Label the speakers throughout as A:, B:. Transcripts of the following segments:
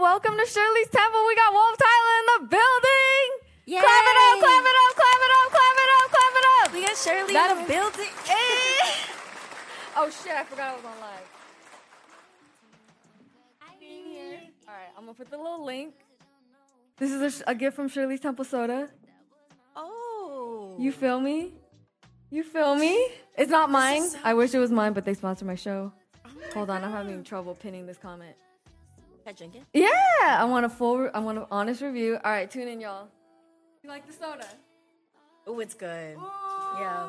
A: Welcome to Shirley's Temple. We got Wolf Tyler in the building.
B: Yay.
A: Clap it up, clap it up, clap it up, clap it up, clap it up.
B: We got Shirley
A: That
B: in
A: is-
B: the building.
A: Hey. oh shit, I forgot I was on live. All right, I'm gonna put the little link. This is a, sh- a gift from Shirley's Temple Soda.
B: Oh.
A: You feel me? You feel me? It's not mine. I wish it was mine, but they sponsor my show.
B: Oh
A: Hold on, I'm having trouble pinning this comment.
B: Can I drink it?
A: Yeah, I want a full. re- I want an honest review. All right, tune in, y'all. You like the soda?
B: Oh, it's good. Yeah.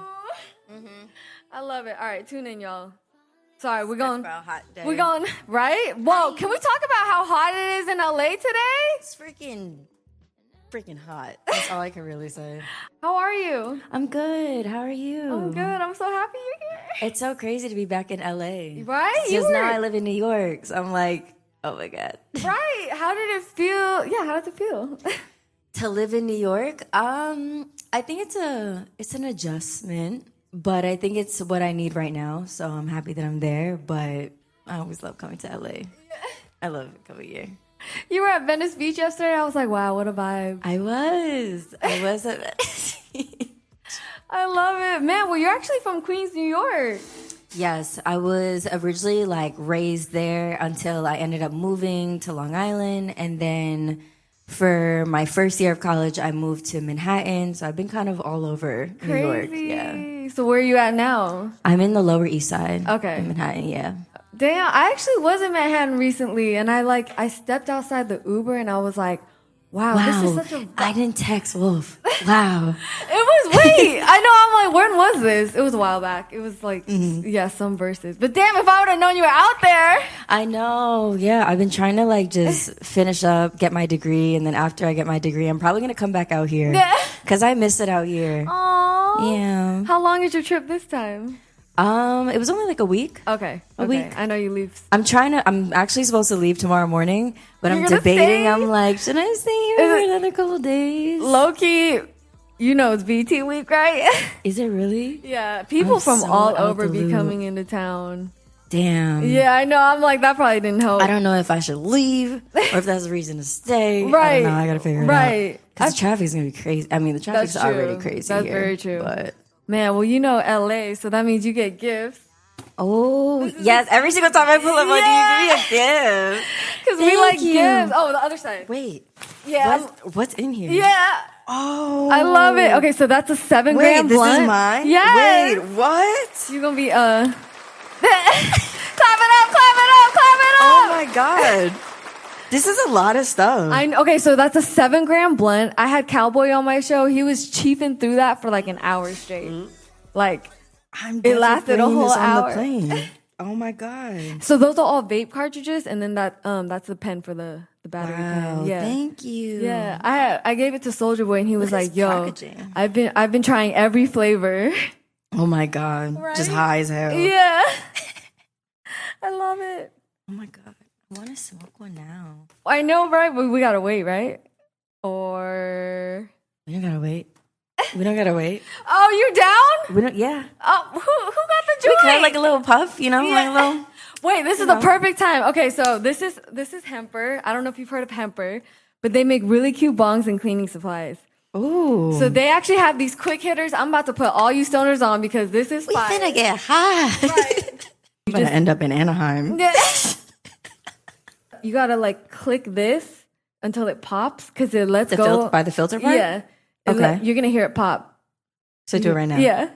A: I love it. All right, tune in, y'all. Sorry, we're going.
B: For a hot day.
A: We're going right. Whoa, can we talk about how hot it is in LA today?
B: It's freaking, freaking hot. That's all I can really say.
A: How are you?
B: I'm good. How are you?
A: I'm good. I'm so happy you're here.
B: It's so crazy to be back in LA.
A: Right? You
B: Because now
A: were-
B: I live in New York. So I'm like, oh my God.
A: Right? How did it feel? Yeah, how did it feel?
B: to live in New York, um, I think it's a it's an adjustment, but I think it's what I need right now. So I'm happy that I'm there. But I always love coming to LA. I love coming here.
A: you were at Venice Beach yesterday. I was like, wow, what a vibe.
B: I was. I was. At,
A: I love it, man. Well, you're actually from Queens, New York.
B: yes, I was originally like raised there until I ended up moving to Long Island. And then for my first year of college, I moved to Manhattan. So I've been kind of all over New York. Yeah.
A: Crazy. So where are you at now?
B: I'm in the Lower East Side.
A: Okay.
B: In Manhattan, yeah.
A: Damn, I actually was in Manhattan recently, and I like I stepped outside the Uber, and I was like, wow,
B: Wow.
A: Oh, this is such a.
B: I didn't text Wolf. Wow.
A: It was wait. I know. I'm like, when was this? It was a while back. It was like,
B: Mm-hmm.
A: yeah, some verses. But damn, if I would have known you were out there,
B: I know. Yeah. I've been trying to like just finish up, get my degree. And then after I get my degree, I'm probably going to come back out here because I miss it out here.
A: Aww.
B: Yeah.
A: How long is your trip this time?
B: Um, it was only like a week.
A: Okay,
B: A
A: okay.
B: week.
A: I know you leave.
B: I'm trying to, I'm actually supposed to leave tomorrow morning, but
A: You're
B: I'm
A: gonna
B: debating.
A: stay?
B: I'm like, should I stay here
A: Is
B: for
A: it-
B: another couple days?
A: Low key, you know it's BT week, right?
B: Is it really?
A: yeah, people
B: I'm
A: from
B: so
A: all
B: out
A: over
B: the
A: be
B: loop.
A: coming into town.
B: Damn.
A: Yeah, I know. I'm like that probably didn't help.
B: I don't know if I should leave or if that's a reason to stay. I
A: Right.
B: don't know. I got to figure it out.
A: Right.
B: Because the traffic's going to be crazy. I mean, the traffic's
A: That's true.
B: already crazy.
A: That's
B: here,
A: very true.
B: But
A: Man, well, you know LA, so that means you get gifts.
B: Oh, yes. Every single time I pull up on you, you give me a gift.
A: Because we
B: Thank
A: like
B: you.
A: gifts. Oh, the other side.
B: Wait,
A: yeah. I'm-
B: what's, what's in here?
A: Yeah.
B: Oh.
A: I love it. Okay, so that's a seven
B: Wait,
A: gram
B: this
A: blunt.
B: is mine?
A: Yes.
B: Wait, what?
A: You're gonna be uh. clap it up! Clap it up! Clap it up!
B: Oh my God. this is a lot of stuff.
A: I kn- okay, so that's a seven gram blunt. I had Cowboy on my show. He was chiefing through that for like an hour straight.
B: Mm-hmm.
A: Like,
B: I'm
A: it lasted a
B: definitely putting this
A: whole
B: on
A: hour.
B: The plane. Oh my God.
A: so those are all vape cartridges, and then that um that's the pen for the the battery
B: Wow.
A: pen. Yeah.
B: Thank you.
A: Yeah, I I gave it to Soldier Boy and he was
B: at his
A: like, "Yo,
B: packaging.
A: I've been I've been trying every flavor."
B: Oh my God. Just
A: Right?
B: high as hell.
A: yeah, I love it.
B: Oh my God. I want to smoke one now.
A: I know, right? But we gotta wait, right? Or
B: We don't gotta wait. We don't gotta wait.
A: oh, you down?
B: We don't. Yeah.
A: Oh, who who got the
B: We
A: joint?
B: could have like a little puff, you know, like a little.
A: Wait, this is the perfect time. Okay, so this is this is Hemper. I don't know if you've heard of Hemper, but they make really cute bongs and cleaning supplies.
B: Ooh.
A: So they actually have these quick hitters. I'm about to put all you stoners on because this is
C: We
A: fire.
C: finna get high.
B: You're going to end up in Anaheim.
A: you gotta like click this until it pops because it lets
B: The
A: go
B: fil- by the filter part?
A: Yeah. It let-
B: Okay.
A: you're gonna hear it pop.
B: So do it right now.
A: Yeah.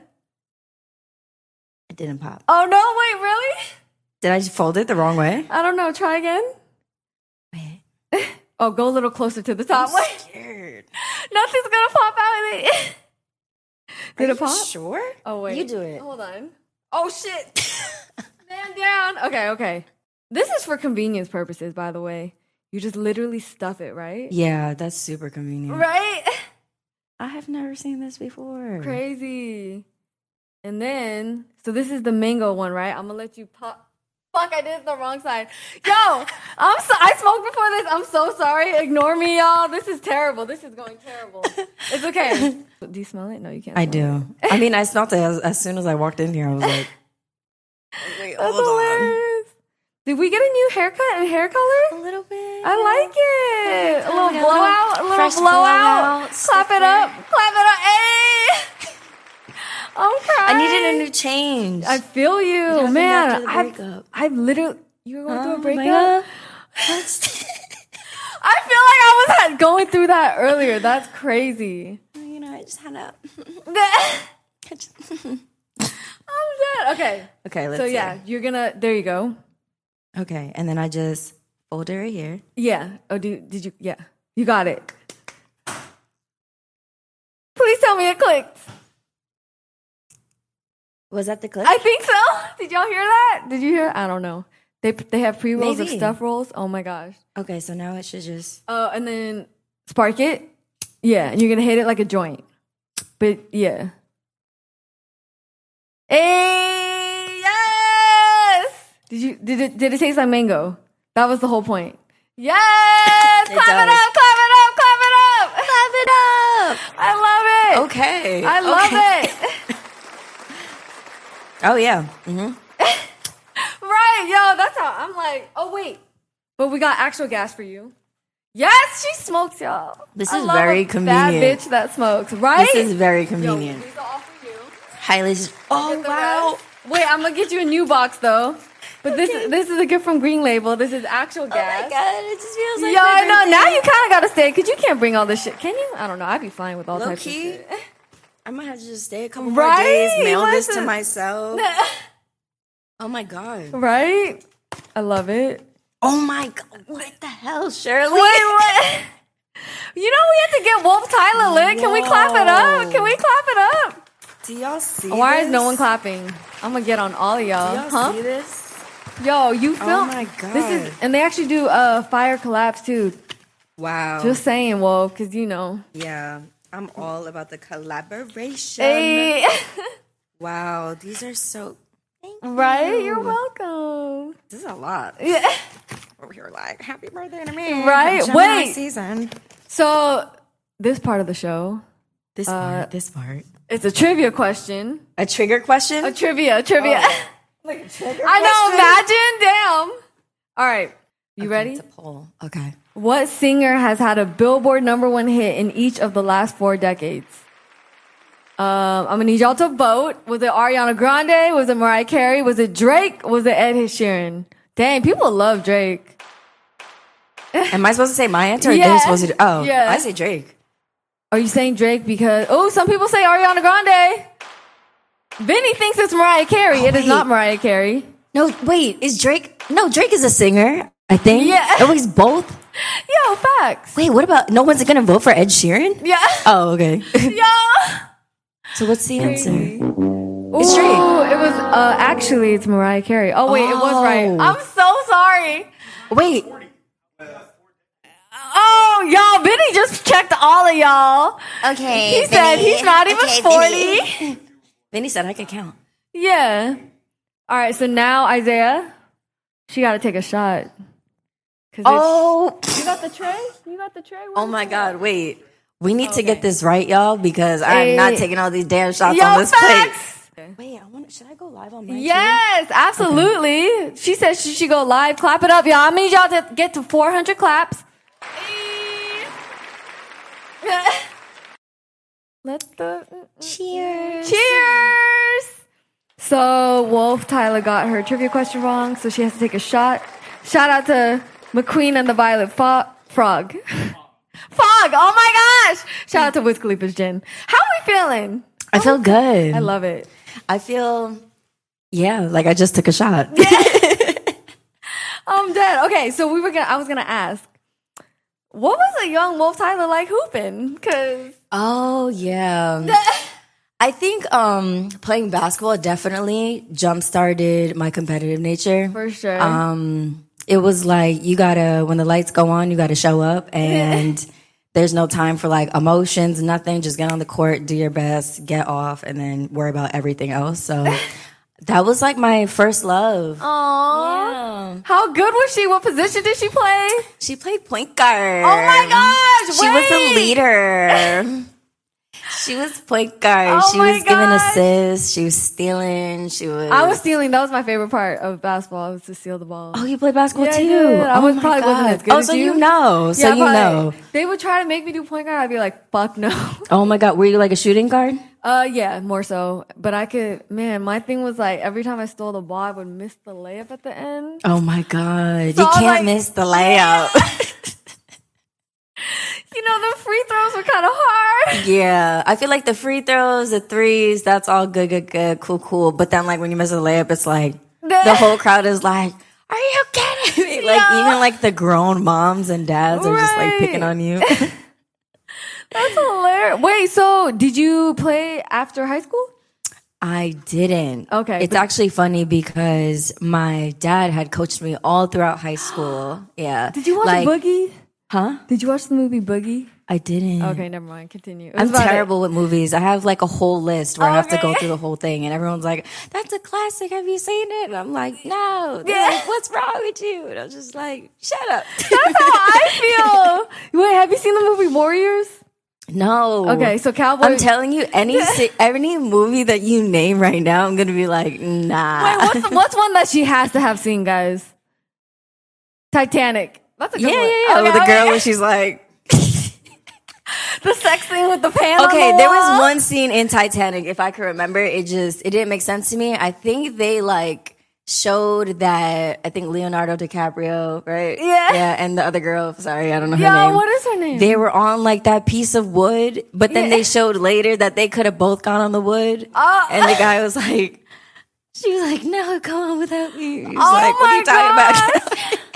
B: It didn't pop.
A: Oh no! Wait, really?
B: Did I just fold it the wrong way?
A: I don't know. Try again. Oh, go a little closer to the top. Wait,
B: Scared.
A: nothing's gonna pop out of it.
B: Are
A: Did
B: you
A: it pop?
B: sure?
A: Oh wait.
C: You do it.
A: Hold on. Oh shit. Man down. Okay, okay. This is for convenience purposes, by the way. You just literally stuff it, right?
B: Yeah, that's super convenient.
A: Right?
B: I have never seen this before.
A: Crazy. And then, so this is the mango one, right? I'm gonna let you pop. Fuck, I did it the wrong side. Yo, I'm so I smoked before this. I'm so sorry. Ignore me, y'all. This is terrible. This is going terrible. It's okay. do you smell it? No, you can't.
B: I
A: smell it.
B: do. I mean, I smelled it as, as soon as I walked in here. I was like, wait,
A: That's hilarious. Did we get a new haircut and hair
C: A
A: color?
C: little bit.
A: I like it. A little
C: we got a little
A: blowout, a
C: fresh
A: little blowout.
C: blowout,
A: Clap it
C: super.
A: up. Clap it up. Hey. I'm crying.
C: I needed a new change.
A: I feel you,
C: happened
A: man.
C: after the
A: I've,
C: breakup.
A: I've literally. You were
B: Oh
A: going through a
C: my
A: breakup?
C: God.
A: I feel like I was had- going through that earlier. That's crazy.
C: you know, I just had a.
A: I'm dead. Okay.
B: okay, let's
A: So, yeah, you're gonna. There you go.
B: see. Okay, and then I just fold it right here.
A: Yeah. Oh, do, did you? Yeah. You got it. Please tell me it clicked.
C: Was that the clip?
A: I think so. Did y'all hear that? Did you hear? I don't know. They they have pre rolls of
B: Maybe.
A: stuff rolls. Oh my gosh.
B: Okay, so now it should just.
A: Uh, and then spark it. Yeah, and you're gonna hit it like a joint. But yeah. Hey, yes. Did you did it did it taste like mango? That was the whole point. Yes. clap it
C: does.
A: up. Clap it up. Clap it up. Clap it up. I love it.
B: Okay.
A: I love it.
B: Oh, yeah. hmm
A: Right, yo, that's how I'm like, oh wait. But we got actual gas for you. Yes, she smokes, y'all.
B: This
A: I
B: is
A: love a
B: very
A: bad
B: convenient.
A: bitch that smokes, right?
B: This is very
A: Yo,
B: convenient.
A: these are all for you.
B: Highly. s- Oh,
A: Get the
B: wow.
A: rest. Wait, I'm gonna get you a new box though. But this this is a gift from Green Label. This is
B: Oh
A: actual gas.
C: my god, it just feels like.
A: Yo,
C: my
A: I know. Now
C: birthday.
A: you kind of gotta stay because you can't bring all this shit, can you? I don't know. I'd be flying with all
B: Low
A: types of
B: key,
A: shit.
B: I might have to just stay a couple
A: Right?
B: more days, mail this to
A: Listen.
B: myself. oh, my God.
A: Right? I love it.
B: Oh, my God. What the hell, Shirley?
A: Wait, what? You know we had to get Wolf Tyler lit. Can we clap it up? Can we clap it up?
B: Do y'all see
A: Why is no
B: this?
A: one clapping? I'm gonna get on all of
B: Do
A: y'all,
B: y'all
A: huh?
B: see this?
A: Yo, you film?
B: my God.
A: This is, and they actually do uh, fire collapse too.
B: Wow.
A: Just saying, Wolf, because you know.
B: yeah. I'm all about the collaboration.
A: Hey,
B: Wow, these are so.
A: right? You're welcome.
B: This is a lot.
A: Yeah.
B: Over here, like happy birthday to me.
A: Right?
B: Gemini
A: Wait.
B: Season.
A: So this part of the show,
B: This
A: Uh,
B: part. This part.
A: it's a trivia question.
B: A trigger question.
A: A trivia, trivia.
B: Oh.
A: I know. Imagine, damn. All right, you ready?
B: It's a poll. Okay.
A: What singer has had a Billboard number one hit in each of the last four decades? Um, I'm gonna need y'all to vote. Was it Ariana Grande? Was it Mariah Carey? Was it Drake? Was it Ed Sheeran? Dang, people love Drake.
B: Am I supposed to say my answer? Or
A: Yeah.
B: They're supposed to. Oh,
A: Yeah.
B: I say Drake.
A: Are you saying Drake because? Oh, some people say Ariana Grande. Vinny thinks it's Mariah Carey. it is
C: wait.
A: not Mariah Carey.
C: No, wait, is Drake? No, Drake is a singer. I think.
A: Yeah.
C: Oh, he's both.
A: Yo, facts.
C: Wait, what about? No one's gonna vote for Ed Sheeran.
A: Yeah.
C: Oh, okay.
A: Yo.
C: so what's the answer?
A: It's Drake. It was uh, actually it's Mariah Carey. Oh wait, it was right.
C: Oh.
A: I'm so sorry.
C: Wait,
A: Oh, y'all, Vinny just checked all of y'all.
C: Okay.
A: He said he's not even 40.
B: Then he said I could count.
A: Yeah. All right, so now Isaiah, she got to take a shot. 'Cause it's-
B: Oh.
A: you got the tray? You got the tray?
B: Oh my God. Wait. We need to get this right, y'all, because I am
A: Hey.
B: not taking all these damn shots
A: Yo,
B: on this
A: facts!
B: plate. Wait, I want. Should I go live on my?
A: Yes, absolutely. She said she should go live. Clap it up, y'all. I need y'all to get to 400 claps. Let the
C: Cheers.
A: cheers. So Wolf Tyler got her trivia question wrong, so she has to take a shot. Shout out to McQueen and the Violet Fo- Frog. Fog. Oh my gosh! Shout out to Wiz Khalifa's Jen. How are we feeling?
B: I feel good.
A: I love it.
B: I feel, yeah, like I just took a shot.
A: I'm dead. Okay, so we were gonna. I was gonna ask, what was a young Wolf Tyler like hooping? Cause
B: Oh yeah. I think um playing basketball definitely jump started my competitive nature.
A: for sure,
B: Um it was like you gotta when the lights go on, you gotta show up and there's no time for like emotions, nothing. Just get on the court, do your best, get off, and then worry about everything else. So that was like my first love.
A: Aww. how good was she? What position did she play?
B: She played point guard.
A: Oh my gosh!
B: She was
A: wait.
B: a leader. she was point guard.
A: Oh
B: she
A: my
B: was giving
A: gosh.
B: assists. She was stealing. She was.
A: I was stealing. That was my favorite part of basketball. Was to steal the ball.
B: Oh, you played basketball
A: Yeah,
B: too.
A: yeah, yeah. I
B: Oh
A: was-
B: my
A: probably wasn't
B: God.
A: as good
B: Oh,
A: as
B: so
A: you.
B: you know. So
A: Yeah,
B: you
A: but
B: know.
A: They would try to make me do point guard. I'd be like, fuck no.
B: Oh my God. Were you like a shooting guard?
A: Uh, yeah, more so. But I could, man, my thing was like every time I stole the ball, I would miss the layup at the end.
B: Oh my God.
A: So I
B: you
A: was
B: can't
A: like-
B: miss the layup.
A: You know, the free throws were kind of hard.
B: yeah. I feel like the free throws, the threes, that's all good, good, good, cool, cool. But then like when you miss the layup, it's like the whole crowd is like, are you kidding me? Like
A: Yeah.
B: even like the grown moms and dads are just like picking
A: Right.
B: on you.
A: That's hilarious. Wait, so did you play after high school?
B: I didn't.
A: Okay,
B: It's
A: but-
B: actually funny because my dad had coached me all throughout high school. Yeah.
A: Did you watch
B: like,
A: Boogie?
B: Huh?
A: Did you watch the movie Boogie?
B: I didn't.
A: Okay, never mind. Continue. It was
B: I'm
A: about it.
B: terrible with movies. I have like a whole list where I have to go
A: Okay.
B: through the whole thing, and everyone's like, "That's a classic. Have you seen it?" And I'm like, "No." They're
A: Yeah.
B: like, What's wrong with you? And I'm just like, "Shut up."
A: That's how I feel. Wait, have you seen the movie Warriors?
B: no.
A: Okay, so cowboy.
B: I'm telling you, any si- any movie that you name right now, I'm gonna be like,
A: Wait,
B: "Nah."
A: what's the, what's one that she has to have seen, guys? Titanic. That's a good
B: yeah, yeah,
A: one.
B: yeah.
A: Okay,
B: with the
A: okay.
B: girl where she's like.
A: the sex scene with the fan.
B: Okay,
A: on the
B: there was
A: wall.
B: one scene in Titanic, if I can remember, it just it didn't make sense to me. I think they like showed that I think Leonardo DiCaprio, right?
A: Yeah.
B: Yeah, and the other girl, sorry, I don't know her
A: Yeah,
B: name.
A: what is her name?
B: They were on like that piece of wood, but then
A: Yeah.
B: they showed later that they could have both gone on the wood.
A: Oh.
B: And the guy was like she was like, No, go on without me. He was
A: Oh
B: like, What are you
A: my
B: talking about?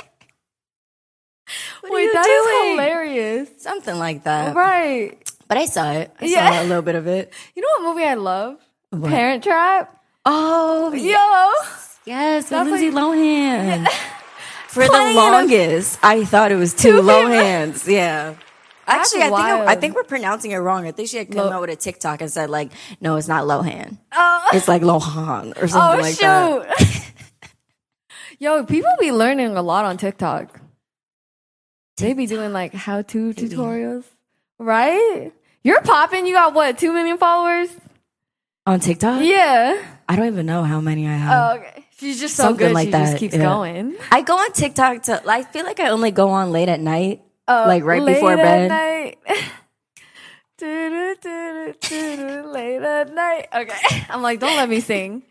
B: what are
A: Wait,
B: you
A: that is
B: doing?
A: hilarious.
B: Something like that.
A: Right.
B: But I saw it. I
A: Yeah.
B: saw a little bit of it.
A: You know what movie I love? Parent Trap.
B: Oh,
A: Yo.
B: Yes,
A: That's
B: with Lindsay
A: like-
B: Lohan. For
A: Playing a-
B: the longest, I thought it was two
A: Two people.
B: Lohans. Yeah. Actually, I think I, I
A: wild.
B: think we're pronouncing it wrong. I think she had come
A: Lo-
B: out with a TikTok and said like, "No, it's not Lohan.
A: Oh.
B: It's like Lohan or something
A: Oh
B: like that."
A: shoot. Yo, people be learning a lot on TikTok. They be doing like how-to tutorials, right? You're popping. You got what? Two million followers?
B: On TikTok,
A: Yeah.
B: I don't even know how many I have.
A: Oh, okay. She's just so
B: Um, Something
A: good.
B: like
A: she
B: that,
A: just keeps
B: yeah.
A: going.
B: I go on TikTok to. I feel like I only go on late at night, like right
A: Oh, late
B: before
A: at
B: bed.
A: night. Doo-doo, doo-doo, doo-doo, late at night. Okay. I'm like, don't let me sing.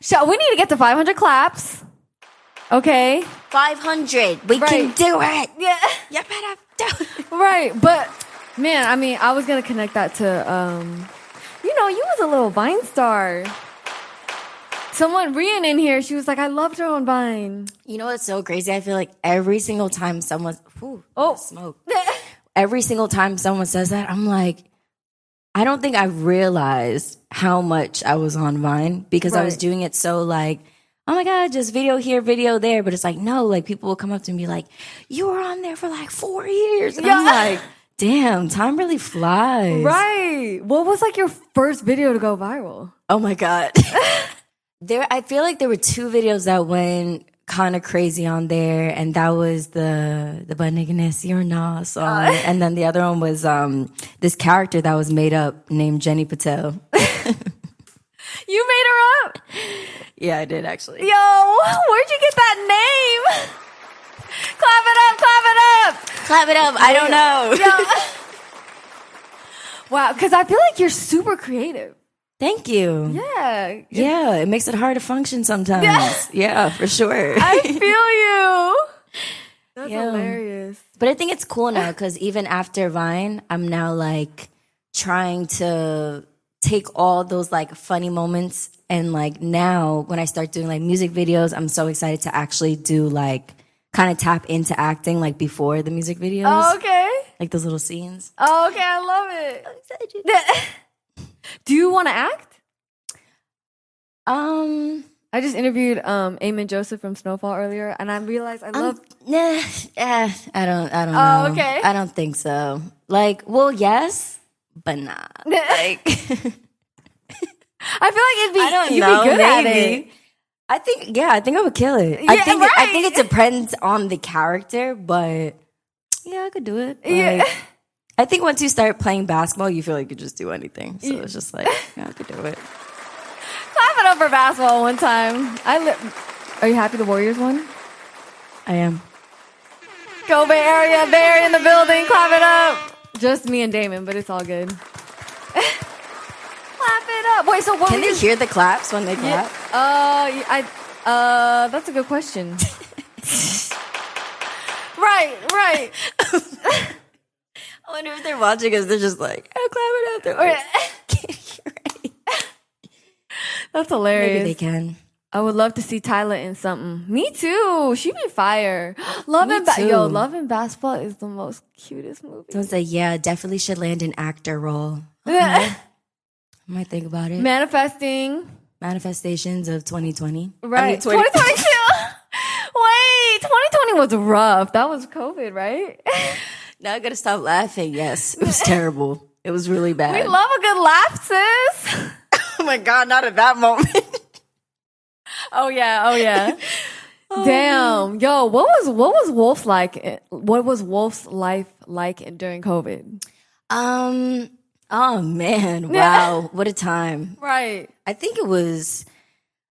A: So we need to get to 500 claps. Okay.
B: Five hundred. We
A: Right.
B: can do it.
A: Yeah.
B: You better do it.
A: Right. But man, I mean, I was going to connect that to, um, you know, you was a little Vine star. Someone, Rian in here, she was like, I loved her on Vine.
B: You know what's so crazy? I feel like every single time someone, whew,
A: Oh.
B: smoke. every single time someone says that, I'm like, I don't think I realized how much I was on Vine because I was
A: Right.
B: doing it so like, oh my god, just video here, video there. But it's like, no, like people will come up to me like, you were on there for like four years, and I'm
A: Yeah.
B: like, damn, time really flies.
A: Right. What was like your first video to go viral?
B: Oh my god. there I feel like there were two videos that went kind of crazy on there and that was the the Benigness You're Not song and then the other one was um this character that was made up named Jenny Patel.
A: You made her up.
B: yeah, I did actually.
A: Yo, where'd you get that name? Clap it up, clap it up.
B: Clap it up. I don't know.
A: Yo. Wow, because I feel like you're super creative.
B: Thank you.
A: Yeah.
B: Yeah, it makes it hard to function sometimes. Yeah, for sure.
A: I feel you. That's
B: Yeah.
A: hilarious.
B: But I think it's cool now because even after Vine, I'm now like trying to take all those like funny moments and like now when I start doing like music videos, I'm so excited to actually do like kind of tap into acting like before the music videos,
A: Oh, okay. Oh,
B: like those little scenes.
A: okay, I love it. Do you want to act?
B: Um,
A: I just interviewed um Eamon Joseph from Snowfall earlier, and I realized I love.
B: nah, eh, I don't, I don't
A: Oh,
B: know.
A: okay.
B: I don't think so. Like, well, yes, but nah. Like.
A: I feel like it'd be
B: I don't
A: you'd
B: know.
A: be good
B: maybe.
A: at it.
B: I think yeah, I think I would kill it. I
A: Yeah,
B: think I think
A: right.
B: it depends on the character, but yeah, I could do it.
A: Yeah.
B: Like, I think once you start playing basketball, you feel like you could just do anything. So it's just like yeah, I could do it.
A: Clap it up for basketball one time. I li- Are you happy the Warriors won?
B: I am.
A: Go Bay Area, Bear in the building. Clap it up. Just me and Damon, but it's all good. Clap it up. Wait, so what
B: Can
A: were you
B: they hear the claps when they
A: Yeah.
B: clap?
A: Uh, y- I. Uh, that's a good question. right, right.
B: I wonder if they're watching us. They're just like, oh, clap it out. They're like, can't hear anything.
A: That's hilarious.
B: Maybe they can.
A: I would love to see Tyler in something. Me too. She be fire. Love
B: Me
A: and ba- yo,
B: too.
A: Love and Basketball is the most cutest movie.
B: Someone say, yeah, definitely should land an actor role. I might think about it.
A: Manifesting.
B: Manifestations of 2020.
A: Right. 2022. Wait, 2020 was rough. That was COVID, right?
B: Now I gotta stop laughing. Yes, it was terrible. It was really bad.
A: we love a good laugh, sis.
B: oh my god, not at that moment.
A: Oh yeah, oh yeah. Oh, Damn, yo, what was what was Wolf like? What was Wolf's life like in- during COVID?
B: um. Oh man, wow, what a time.
A: Right.
B: I think it was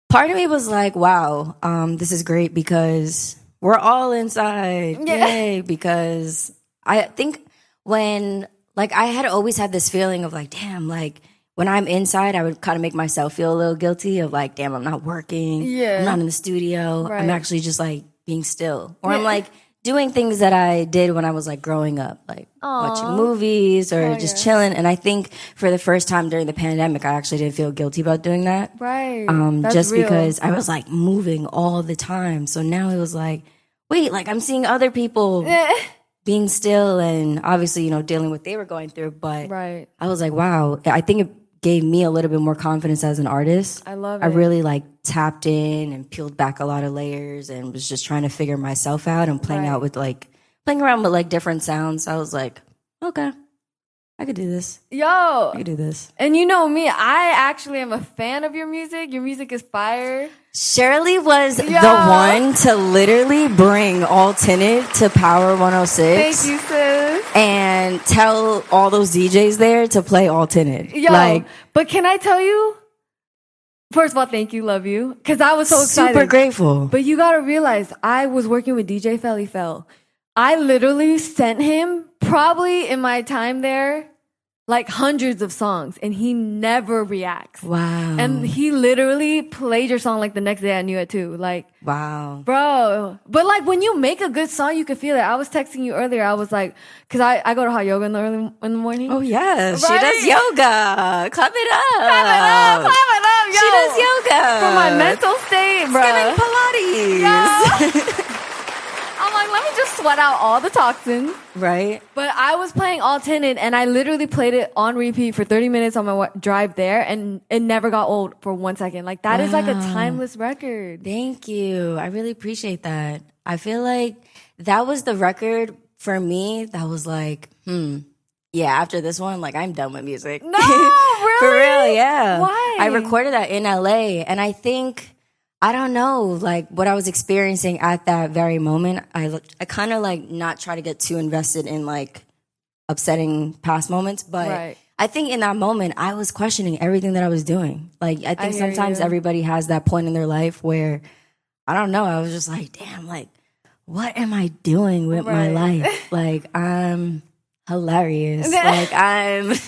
B: part of me was like, wow, um, this is great because we're all inside.
A: Yeah.
B: Yay, because I think when like I had always had this feeling of like, damn, like when I'm inside, I would kind of make myself feel a little guilty of like, damn, I'm not working.
A: Yeah.
B: I'm not in the studio.
A: Right.
B: I'm actually just like being still. Or I'm like doing things that I did when I was like growing up, like watching movies or just chilling. And I think for the first time during the pandemic, I actually didn't feel guilty about doing that.
A: Right.
B: Um,
A: That's
B: just
A: real.
B: because I was like moving all the time. So now it was like, wait, like I'm seeing other people being still and obviously, you know, dealing with what they were going through. But
A: Right.
B: I was like, wow, I think it gave me a little bit more confidence as an artist.
A: I love
B: I
A: it.
B: really like tapped in and peeled back a lot of layers and was just trying to figure myself out and playing out with like playing around with like different sounds. I was like, okay, I could do this. I
A: Yo,
B: could do this.
A: and you know me, I actually am a fan of your music. Your music is fire.
B: Shirley was
A: Yeah.
B: the one to literally bring all tinted to Power 106
A: Thank you, sis.
B: and tell all those DJs there to play all tinted.
A: Yo,
B: like
A: but can I tell you? First of all, thank you, love you, because I was so excited.
B: super grateful.
A: But you gotta realize, I was working with DJ Felly Fell. I literally sent him probably in my time there, like hundreds of songs, and he never reacts.
B: wow.
A: And he literally played your song like the next day. I knew it too. Like,
B: wow.
A: bro. But like when you make a good song, you can feel it. I was texting you earlier. I was like, because I, I go to hot yoga in the early in the morning.
B: Oh yeah, she
A: Right?
B: does yoga. Clap it up.
A: Clap it up, clap it up, yo.
B: She does yoga
A: for my mental state, bro.
B: Giving Pilates,
A: I'm like, let me just sweat out all the toxins.
B: right?
A: But I was playing All Tinted and I literally played it on repeat for 30 minutes on my wa- drive there and it never got old for one second. Like, that is like a timeless record.
B: Thank you. I really appreciate that. I feel like that was the record for me. That was like, hmm, yeah. After this one, like I'm done with music.
A: No, really?
B: For real, yeah.
A: Why?
B: I recorded that in LA, and I think I don't know, like what I was experiencing at that very moment. I looked, I kind of like not try to get too invested in like upsetting past moments, but
A: Right.
B: I think in that moment I was questioning everything that I was doing. Like I think
A: hear
B: sometimes
A: you.
B: everybody has that point in their life where I don't know. I was just like, damn, like what am I doing with my
A: Right.
B: life? like I'm hilarious. like I'm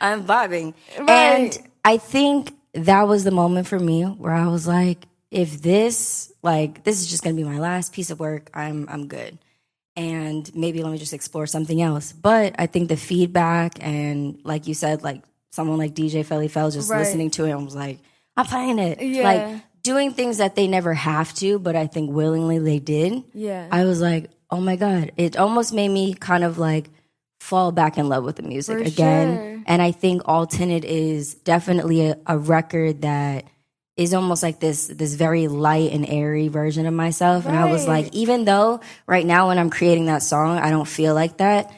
B: I'm vibing.
A: Right.
B: And I think that was the moment for me where I was like, if this like this is just gonna be my last piece of work, I'm I'm good. And maybe let me just explore something else. But I think the feedback and like you said, like someone like DJ Felly Fell just
A: Right.
B: listening to it and was like, I'm playing it.
A: Yeah.
B: Like doing things that they never have to, but I think willingly they did.
A: Yeah.
B: I was like, oh my God. It almost made me kind of like fall back in love with the music
A: For
B: again.
A: sure.
B: And I think All Tinted is definitely a, a record that is almost like this this very light and airy version of myself. And I was
A: Right.
B: like, even though right now when I'm creating that song, I don't feel like that.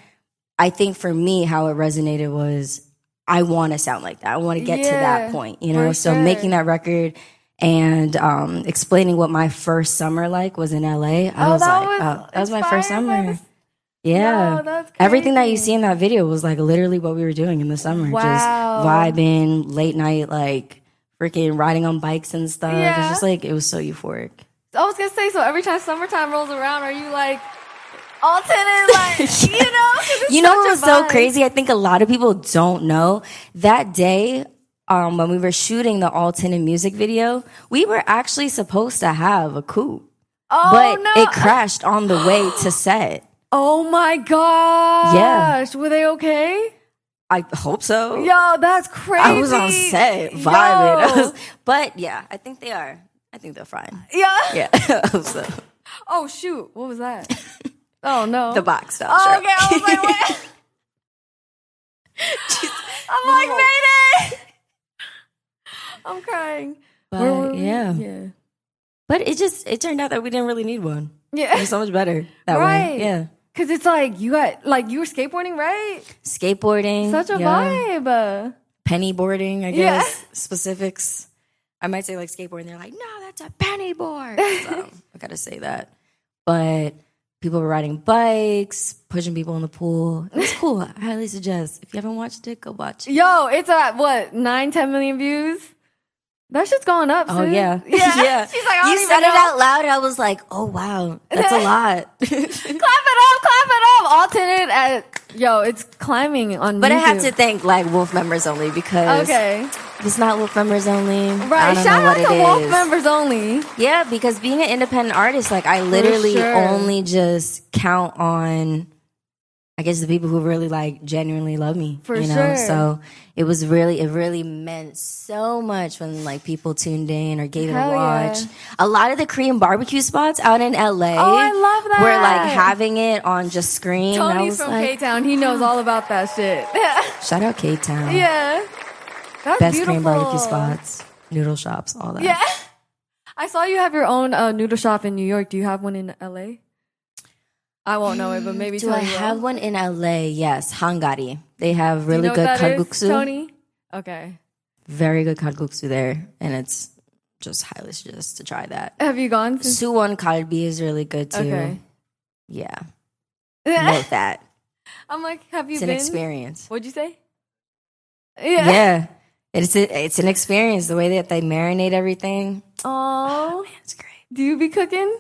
B: I think for me, how it resonated was I want to sound like that. I want to get to
A: Yeah,
B: that point, you know?
A: for
B: So
A: sure.
B: making that record and um, explaining what my first summer like was in LA. I
A: Oh,
B: was
A: that
B: like,
A: was
B: oh, that was my first
A: inspired by
B: summer.
A: this-
B: yeah.
A: Yo, that's
B: Everything that you
A: crazy.
B: see in that video was like literally what we were doing in the summer.
A: Wow.
B: Just vibing, late night, like freaking riding on bikes and stuff.
A: Yeah.
B: It's just like, it was so euphoric.
A: I was gonna say, so every time summertime rolls around, are you like all tinted, like you know? 'Cause it's
B: you know
A: such
B: what
A: a
B: was so
A: vibe.
B: crazy? I think a lot of people don't know that day um, when we were shooting the All Tinted music video, we were actually supposed to have a coup,
A: Oh
B: but
A: no!
B: it crashed on the way to set.
A: Oh my gosh! Yeah. Were they okay?
B: I hope so.
A: Yo, that's crazy.
B: I was on set vibing.
A: Yo.
B: I was- but yeah, I think they are. I think they're fine.
A: yeah.
B: Yeah, I hope so.
A: Oh shoot! What was that? Oh no!
B: The box style.
A: Oh,
B: sure.
A: okay. I was like, what? I'm like, made it. I'm crying. Where were
B: but
A: we?
B: yeah.
A: Yeah.
B: But it just it turned out that we didn't really need one. It
A: Yeah.
B: was so much better that
A: Right.
B: way. Yeah.
A: Cause it's like you got like you were skateboarding, right?
B: Skateboarding.
A: Such a
B: yeah.
A: vibe.
B: penny boarding, I
A: Yeah.
B: guess. Specifics. I might say like skateboarding. They're like, no, that's a penny board. So I gotta say that. But people were riding bikes, pushing people in the pool. It was cool. I highly suggest. If you haven't watched it, go watch it.
A: Yo, it's at what nine, ten million views. That shit's going up.
B: Oh
A: sis.
B: yeah.
A: yeah. She's like, I
B: you
A: don't
B: said
A: even know.
B: it out loud. I was like, oh wow, that's a lot.
A: Clap it up, clap it up. All tinted at yo, it's climbing on.
B: but I have to
A: YouTube.
B: thank like Wolf members only because
A: Okay,
B: if it's not Wolf members only. I
A: right.
B: don't
A: Shout
B: know
A: out
B: what
A: to
B: it
A: Wolf
B: is.
A: members only.
B: Yeah, because being an independent artist, like I literally
A: sure.
B: only just count on, I guess, the people who really like genuinely love me.
A: For
B: you know?
A: sure.
B: So it was really, it really meant so much when like people tuned in or gave it
A: Hell
B: a
A: yeah.
B: watch. A lot of the Korean barbecue spots out in LA.
A: Oh, I love that.
B: We're like having it on just screen. and I
A: Tony's
B: was
A: from K
B: like,
A: Town. He knows all about that shit.
B: shout out K Town.
A: yeah, that's
B: Best
A: beautiful.
B: Korean barbecue spots, noodle shops, all that.
A: Yeah. I saw you have your own uh, noodle shop in New York. Do you have one in LA? I won't know it, but maybe
B: Mm, Do
A: Tony
B: I have
A: will.
B: one in LA? Yes, Hangari. They have
A: Do you
B: really
A: know
B: good
A: what that is,
B: kalguksu.
A: Tony. Okay.
B: very good kalguksu there, and it's just highly suggest to try that.
A: Have you gone? Since-
B: Suwon kalbi is really good too.
A: Okay.
B: Yeah, note that
A: I'm like, have you
B: it's an
A: been?
B: experience.
A: What'd you say?
B: Yeah,
A: Yeah.
B: it's a, it's an experience. The way that they marinate everything,
A: Oh,
B: it's great.
A: do you be cooking?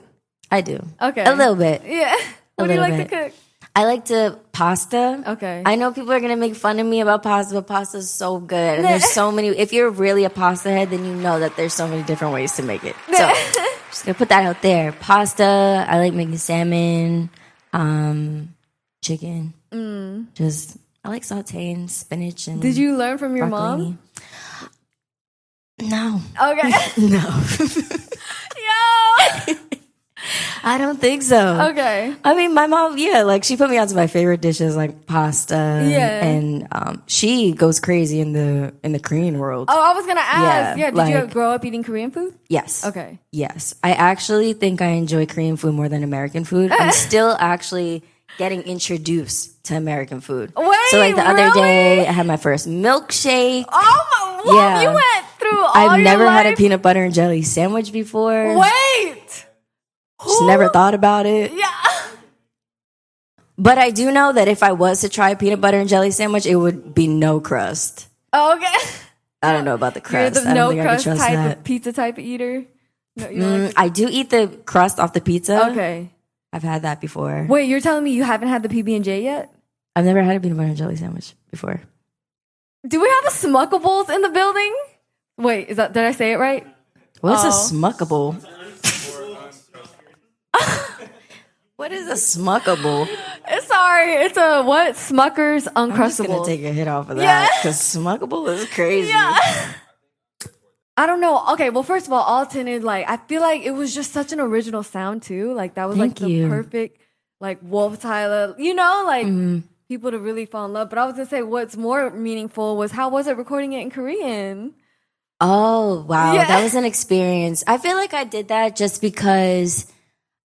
B: I do
A: Okay.
B: a little bit.
A: Yeah. What do you
B: little
A: like to cook?
B: I like to pasta.
A: Okay.
B: I know people are gonna make fun of me about pasta, but pasta is so good, and there's so many. If you're really a pasta head, then you know that there's so many different ways to make it. So just gonna put that out there. Pasta. I like making salmon, um, chicken. Just I like sautéing spinach and.
A: Mm. Did you learn from your
B: broccolini.
A: mom?
B: No,
A: Okay.
B: no,
A: Yo.
B: I don't think so.
A: Okay.
B: I mean, my mom, yeah, like she put me onto my favorite dishes, like pasta,
A: Yeah.
B: and um, she goes crazy in the in the Korean world.
A: Oh, I was gonna ask. Yeah.
B: Yeah,
A: did you
B: like-
A: grow up eating Korean food?
B: Yes,
A: Okay.
B: yes, I actually think I enjoy Korean food more than American food. I'm still actually getting introduced to American food.
A: Wait,
B: so like the other
A: really?
B: day, I had my first milkshake.
A: Oh my! Whoa,
B: Yeah.
A: You went through Oh, all
B: I've
A: your
B: never
A: life.
B: had a peanut butter and jelly sandwich before.
A: Wait.
B: Just never thought about it.
A: Yeah.
B: But I do know that if I was to try a peanut butter and jelly sandwich, it would be no crust.
A: Okay.
B: I don't know about the
A: You're
B: crust.
A: the
B: I don't
A: no
B: think I
A: crust
B: can trust
A: type
B: that.
A: of pizza type of eater. No, you don't
B: Mm, I do eat the crust off the pizza.
A: like- okay.
B: I've had that before.
A: Wait, you're telling me you haven't had the PB and J yet?
D: I've never had a peanut butter and jelly sandwich before.
A: Do we have the Smuckables in the building? Wait, is that did I say it right?
D: What's a
A: Oh.
D: smuckable? what is a smuckable?
A: Eh, Sorry, it's a what? Smuckers
D: I'm just
A: Uncrustables.
D: gonna take a hit off of that because smuckable is crazy.
A: I don't know. Okay, well, first of all, all tinted. Like, I feel like it was just such an original sound too. Like that was like
D: Thank
A: the
D: you.
A: perfect, like Wolf Tyler. You know, like
B: Mm-hmm.
A: people to really fall in love. But I was gonna say, what's more meaningful was how was it recording it in Korean?
B: Oh, wow.
A: Yeah.
B: That was an experience. I feel like I did that just because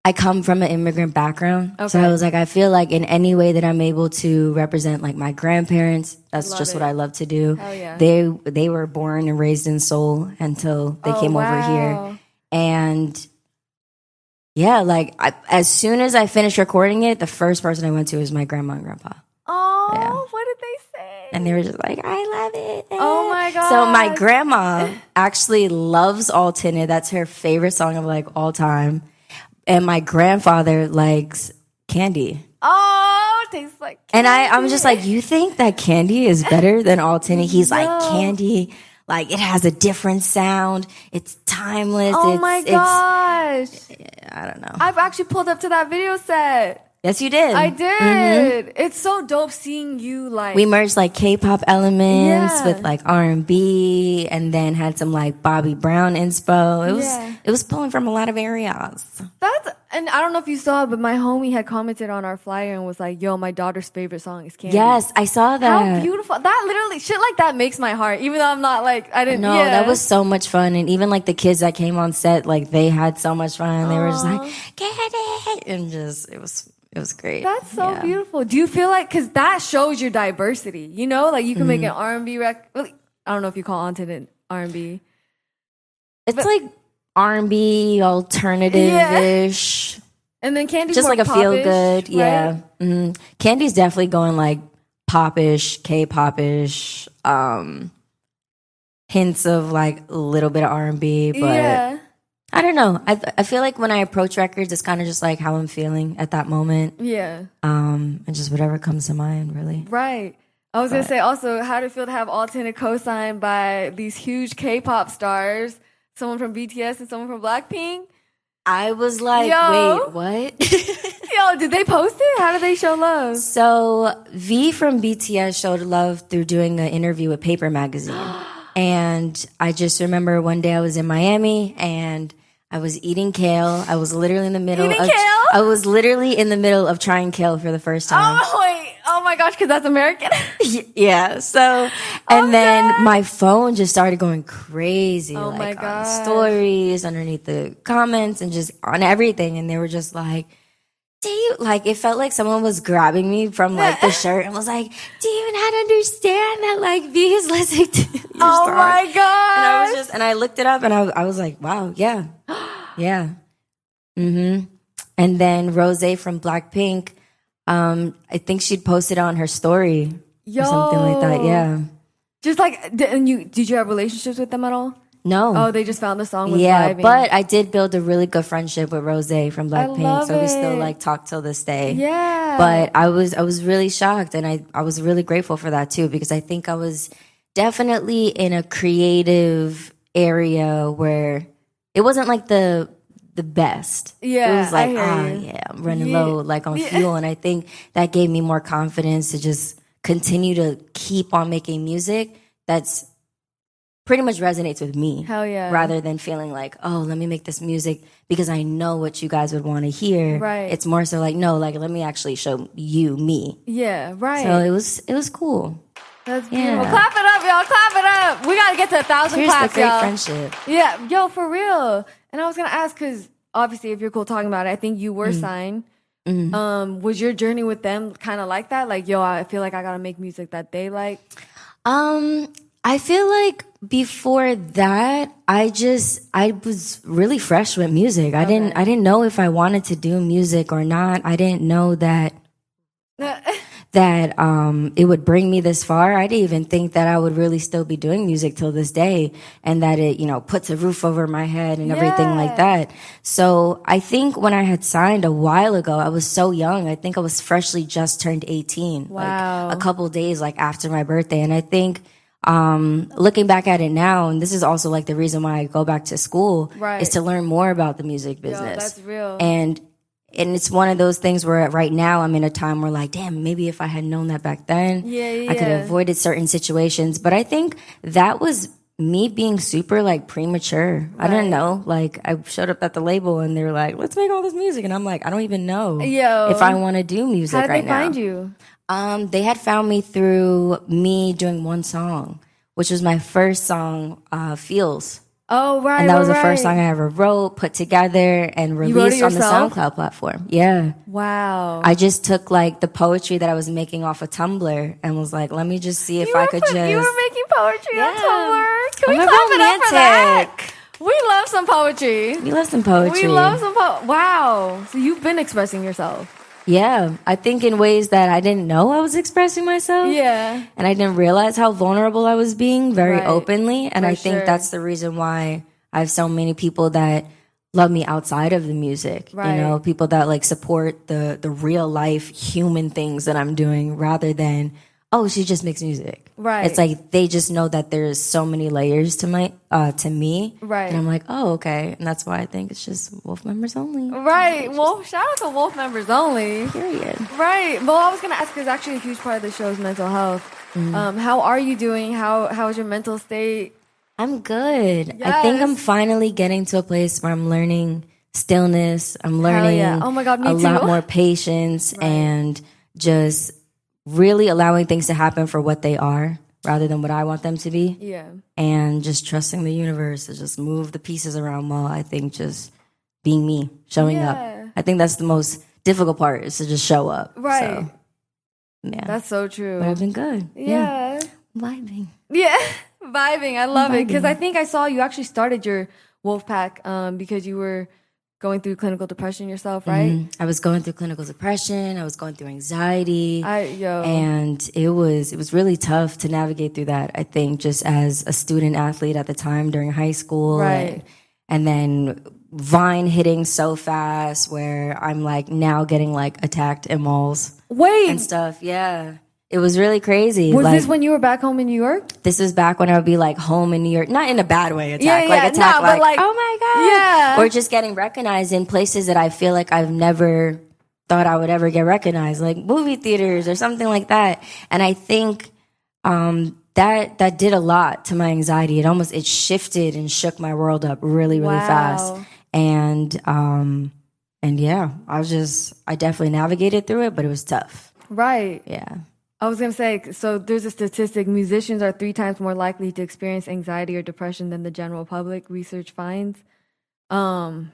B: I come from an immigrant background. So
A: Okay.
B: I was like, I feel like in any way that I'm able to represent like my grandparents, that's just what I love to do.
A: Hell yeah.
B: They they were born and raised in Seoul until they
A: Oh,
B: came over
A: wow.
B: here. And yeah, like I, as soon as I finished recording it, the first person I went to was my grandma and grandpa.
A: Oh, what did they say?
B: And they were just like, I love it.
A: Oh my
B: So my
A: gosh.
B: grandma actually loves All Tinted. That's her favorite song of like all time. And my grandfather likes candy.
A: oh, it tastes like.
B: And I, I'm just like, you think that candy is better than All Tinted? He's like, candy, like it has a different sound. It's timeless.
A: Oh
B: it's,
A: my
B: it's-
A: gosh!
B: I don't know.
A: I've actually pulled up to that video set.
B: yes, you did.
A: I did. It's so dope seeing you like.
B: we merged like K-pop elements
A: Yeah.
B: with like R and B, and then had some like Bobby Brown inspo. It was
A: Yeah.
B: it was pulling from a lot of areas.
A: That's and I don't know if you saw, but my homie had commented on our flyer and was like, "Yo, my daughter's favorite song is Candy."
B: Yes, I saw that.
A: How beautiful! That literally shit like that makes my heart. Even though I'm not like I didn't.
B: No,
A: yeah.
B: that was so much fun, and even like the kids that came on set, like they had so much fun. They were just like, "Get it!" and just it was it was great.
A: That's so
B: Yeah.
A: beautiful. Do you feel like because that shows your diversity? You know, like you can
B: Mm-hmm.
A: make an R and B rec. well, I don't know if you call onto it R and B.
B: It's like R and B alternative ish,
A: And then Candy's
B: just
A: more
B: like a feel
A: pop-ish,
B: good. Yeah,
A: right?
B: Mhm. Candy's definitely going like popish, K-popish, um, hints of like a little bit of R and B, but.
A: yeah.
B: I don't know. I, I feel like when I approach records, it's kind of just like how I'm feeling at that moment,
A: Yeah.
B: um, and just whatever comes to mind, really.
A: Right. I was gonna say also, how did it feel to have all ten co-signed by these huge K-pop stars, someone from BTS and someone from Blackpink?
B: I was like,
A: Yo.
B: wait, what?
A: Yo, did they post it? How do they show love?
B: so V from BTS showed love through doing an interview with Paper Magazine, and I just remember one day I was in Miami and. I was eating kale. I was literally in the middle
A: Eating
B: of
A: kale?
B: I was literally in the middle of trying kale for the first time.
A: Oh wait, oh my gosh, because that's American.
B: Y- yeah. So, and then my phone just started going crazy.
A: Oh
B: like
A: my
B: on
A: gosh.
B: Stories underneath the comments and just on everything. And they were just like, do you like it felt like someone was grabbing me from like the shirt and was like, Do you not understand that like V is listening to your
A: oh
B: song?"
A: my gosh.
B: And I was just and I looked it up and I I was like, Wow, yeah. Yeah. Mm-hmm. And then Rose from Blackpink, um, I think she'd posted on her story
A: Yo,
B: or something like that. Yeah.
A: Just like, did, and you did you have relationships with them at all?
B: No.
A: Oh, they just found the song. Was
B: yeah,
A: vibing.
B: but I did build a really good friendship with Rose from
A: love
B: Blackpink, so we still
A: it.
B: like talk till this day.
A: yeah,
B: But I was I was really shocked, and I I was really grateful for that too because I think I was definitely in a creative area where it wasn't like the the best.
A: Yeah,
B: it was like
A: I hear
B: ah
A: you.
B: yeah, I'm running
A: Yeah.
B: low like on
A: Yeah.
B: fuel, and I think that gave me more confidence to just continue to keep on making music that's pretty much resonates with me.
A: Hell yeah.
B: Rather than feeling like, oh, let me make this music because I know what you guys would want to hear.
A: Right.
B: It's more so like, no, like let me actually show you me.
A: yeah, right.
B: So it was it was cool.
A: that's
B: yeah.
A: beautiful. Clap it up, y'all. Clap it up. We gotta get to a thousand
B: Here's the
A: claps,
B: great
A: y'all.
B: friendship.
A: Yeah, yo, for real. And I was gonna ask because obviously, if you're cool talking about it, I think you were
B: Mm.
A: signed.
B: Mm-hmm.
A: Um, was your journey with them kind of like that? Like, yo, I feel like I gotta make music that they like.
B: Um, I feel like before that, I just I was really fresh with music. I didn't I didn't know if I wanted to do music or not. I didn't know that that um, it would bring me this far. I didn't even think that I would really still be doing music till this day and that it, you know, puts a roof over my head and everything like that. So I think when I had signed a while ago, I was so young. I think I was freshly just turned 18.
A: Wow.
B: Like a couple days like after my birthday. And I think um looking back at it now and this is also like the reason why I go back to school
A: Right.
B: is to learn more about the music business
A: that's real.
B: and and it's one of those things where right now I'm in a time where like, damn, maybe if I had known that back then,
A: Yeah, yeah,
B: I could
A: yeah.
B: have avoided certain situations. But I think that was me being super like premature. I didn't know. Like I showed up at the label and they were like, let's make all this music. And I'm like, I don't even know
A: Yo.
B: if I want to do music
A: How did
B: right
A: they
B: now.
A: find you?
B: Um, they had found me through me doing one song, which was my first song, uh, Feels.
A: Oh, right.
B: And that was
A: right,
B: the first
A: right.
B: song I ever wrote, put together, and
A: You wrote it
B: released on the
A: yourself?
B: SoundCloud platform. Yeah.
A: Wow.
B: I just took like the poetry that I was making off of Tumblr and was like, let me just see if
A: you
B: I
A: were
B: could
A: put-
B: just.
A: you were making poetry on
B: Yeah.
A: Tumblr. Can
B: I'm
A: we
B: a
A: clap it up for that?
B: romantic.
A: We love some poetry.
B: we love some poetry.
A: We love some po- wow. So you've been expressing yourself.
B: yeah. I think in ways that I didn't know I was expressing myself.
A: Yeah.
B: And I didn't realize how vulnerable I was being very
A: Right.
B: openly. And
A: For
B: I think
A: sure.
B: that's the reason why I have so many people that love me outside of the music.
A: Right.
B: You know, people that like support the the real life human things that I'm doing rather than oh, she just makes music.
A: Right.
B: It's like they just know that there's so many layers to my uh to me.
A: Right.
B: And I'm like, oh, okay. And that's why I think it's just wolf members
A: Oh.
B: only.
A: Right. Well, shout out to Wolf members only.
B: Period.
A: Right. Well, I was gonna ask because actually a huge part of the show is mental health. Um, how are you doing? How how is your mental state?
B: I'm good. I think I'm
A: Yes.
B: finally getting to a place where I'm learning stillness. I'm learning
A: yeah. Oh my God, me
B: a
A: too.
B: lot more patience and just really allowing things to happen for what they are rather than what I want them to be.
A: Yeah.
B: And just trusting the universe to just move the pieces around while I think just being me, showing
A: Yeah.
B: up. I think that's the most difficult part is to just show up.
A: Right.
B: So, yeah.
A: That's so true.
B: but I've been good.
A: yeah.
B: Vibing.
A: Yeah, vibing. I love it because I think I saw you actually started your wolf pack um, because you were going through clinical depression yourself, right?
B: I was going through clinical depression. I was going through anxiety.
A: I yo
B: and it was it was really tough to navigate through that i think just as a student athlete at the time during high school
A: Right.
B: and, and then vine hitting so fast where i'm like now getting like attacked in malls
A: wait.
B: and stuff yeah it was really crazy
A: Mm. was
B: like
A: this when you were back home in New York?
B: this was back when i would be like home in new york not in a bad way attack
A: Yeah, yeah,
B: like attack
A: no, but,
B: like,
A: like,
B: oh my god
A: yeah.
B: or just getting recognized in places that i feel like i've never thought i would ever get recognized like movie theaters or something like that and i think um that that did a lot to my anxiety it almost it shifted and shook my world up really really fast
A: Wow.
B: and um and yeah i was just i definitely navigated through it but it was tough
A: Right.
B: yeah
A: I was gonna say. So there's a statistic: musicians are three times more likely to experience anxiety or depression than the general public. Research finds. Um.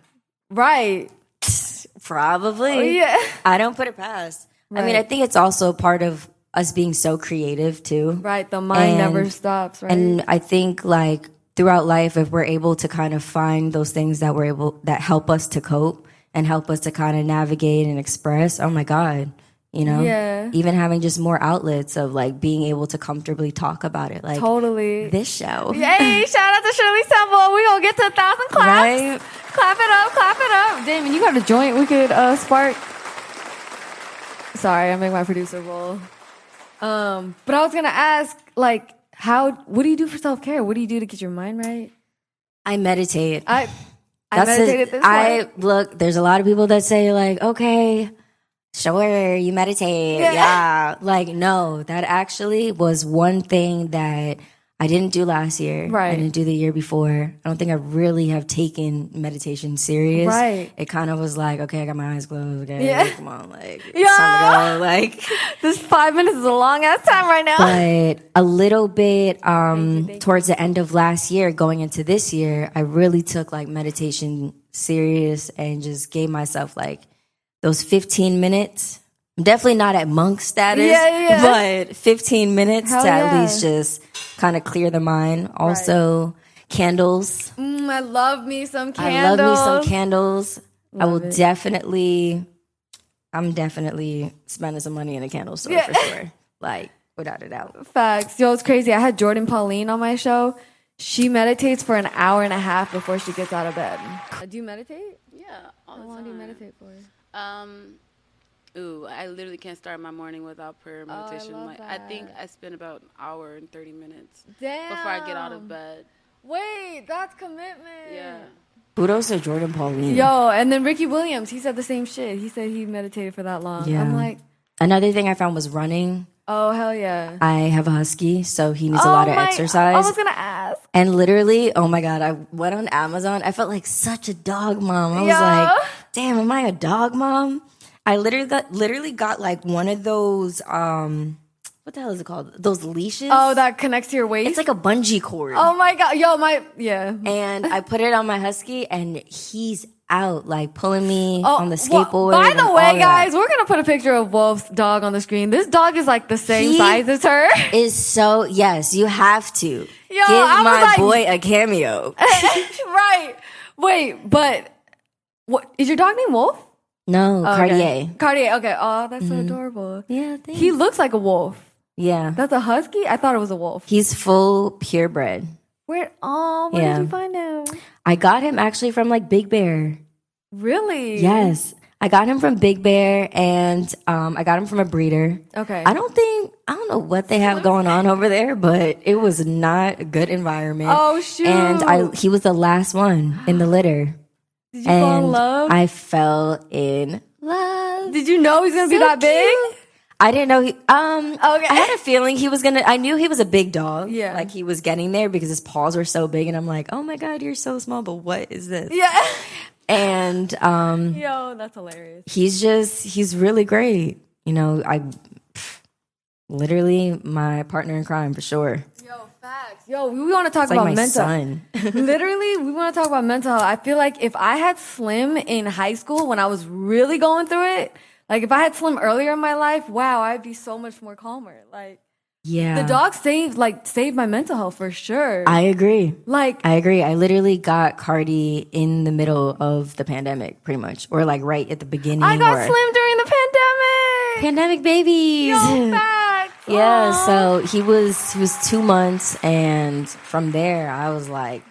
A: Right. Oh,
B: probably
A: Yeah.
B: i don't put it past i mean
A: Right.
B: i think it's also part of us being so creative too
A: Right. The mind never
B: And-
A: stops. Right.
B: and i think like throughout life if we're able to kind of find those things that we're able that help us to cope and help us to kind of navigate and express oh my god you know
A: Yeah.
B: even having just more outlets of like being able to comfortably talk about it like
A: totally.
B: this show
A: Hey, shout out to Shirley Temple. We gonna get to a thousand claps.
B: Right.
A: Clap it up, clap it up. Damon, you got a joint we could uh, spark. Sorry, I make my producer roll. Um, but I was gonna ask, like, how? What do you do for self care? What do you do to get your mind right?
B: i meditate
A: I I
B: That's it.
A: meditated this
B: I
A: morning.
B: look. There's a lot of people that say like, okay, sure, you meditate.
A: Yeah.
B: Yeah. Like, no, that actually was one thing that I didn't do last year.
A: Right.
B: I didn't do the year before. I don't think I really have taken meditation serious.
A: Right.
B: It kind of was like, okay, I got my eyes closed. Okay,
A: Yeah.
B: come on, like,
A: Yeah.
B: it's time to go. Like,
A: This five minutes is a long ass time right now.
B: but a little bit um, towards the end of last year, going into this year, I really took like meditation serious and just gave myself like those 15 minutes. I'm definitely not at monk status,
A: Yeah, yeah.
B: but 15 minutes
A: Hell
B: to
A: yeah.
B: at least just kind of clear the mind. Also, candles.
A: Mm, I love me some
B: I
A: candles.
B: love me some candles. I will definitely. I'm definitely spending some money in a candle store for sure. Like without a doubt.
A: Facts. Yo, it's crazy. I had Jordan Pauline on my show. She meditates for an hour and a half before she gets out of bed. Uh, Do you meditate?
E: Yeah, all the
A: How long
E: time.
A: do you meditate for?
E: Um, ooh, I literally can't start my morning without prayer and meditation.
A: Oh, love
E: like I think
A: that.
E: I spend about an hour and thirty minutes
A: Damn.
E: before I get out of bed.
A: Wait, that's commitment.
E: Yeah.
B: Kudos to Jordan Pauline.
A: Yo, and then Ricky Williams, he said the same shit. He said he meditated for that long.
B: Yeah.
A: I'm like,
B: Another thing I found was running.
A: oh hell yeah.
B: I have a husky, so he needs a lot
A: Oh
B: of
A: my-
B: exercise.
A: I was gonna ask.
B: And literally, oh my God, I went on Amazon. I felt like such a dog mom. I was
A: Yeah.
B: like, damn, am I a dog mom? I literally got, literally got like one of those, um, what the hell is it called? Those leashes.
A: Oh, that connects to your waist.
B: it's like a bungee cord.
A: oh my god, yo, my yeah.
B: And I put it on my husky and he's out like pulling me
A: Oh,
B: on the
A: well,
B: skateboard.
A: by
B: and
A: the
B: all
A: way,
B: that.
A: guys, we're gonna put a picture of Wolf's dog on the screen. This dog is like the same
B: He-
A: size as her.
B: Is so, yes, you have to give
A: I was
B: my
A: like-
B: boy a cameo.
A: right. Wait, but what is your dog named Wolf? Oh,
B: No, Cartier. Mm-hmm.
A: Okay. Cartier. Okay. Oh, that's so adorable.
B: Yeah, thanks.
A: He looks like a wolf.
B: yeah.
A: That's a husky. I thought it was a wolf.
B: He's full purebred.
A: Where? Oh, where
B: Yeah.
A: did you find him?
B: I got him actually from like Big Bear.
A: Really?
B: Yes. I got him from Big Bear and um, I got him from a breeder.
A: Okay.
B: I don't think, I don't know what they have going on over there, but it was not a good environment.
A: Oh, shoot.
B: And I, he was the last one in the litter.
A: Did you
B: and
A: fall in love?
B: I fell in love.
A: Did you know he's gonna be
B: So
A: that
B: cute. I didn't know he. Um, okay. I had a feeling he was gonna. I knew he was a big dog.
A: Yeah.
B: like he was getting there because his paws were so big, and I'm like, oh my god, you're so small. But what is this?
A: big? Yeah.
B: And um,
A: Yo, that's hilarious.
B: he's just he's really great. You know, I pff, literally my partner in crime for sure.
A: Yo, facts. Yo, we want to talk
B: It's like
A: about
B: my
A: mental.
B: son.
A: Literally, we want to talk about mental health. I feel like if I had Slim in high school when I was really going through it, like if I had Slim earlier in my life, wow, I'd be so much more calmer. Like
B: Yeah,
A: the dog saved, like saved my mental health for sure.
B: I agree.
A: like
B: I agree. I literally got Cardi in the middle of the pandemic, pretty much, or like right at the beginning.
A: I got
B: or-
A: Slim during the pandemic.
B: Pandemic babies.
A: Yo, facts.
B: Yeah,
A: Aw.
B: so he was he was two months, and from there I was like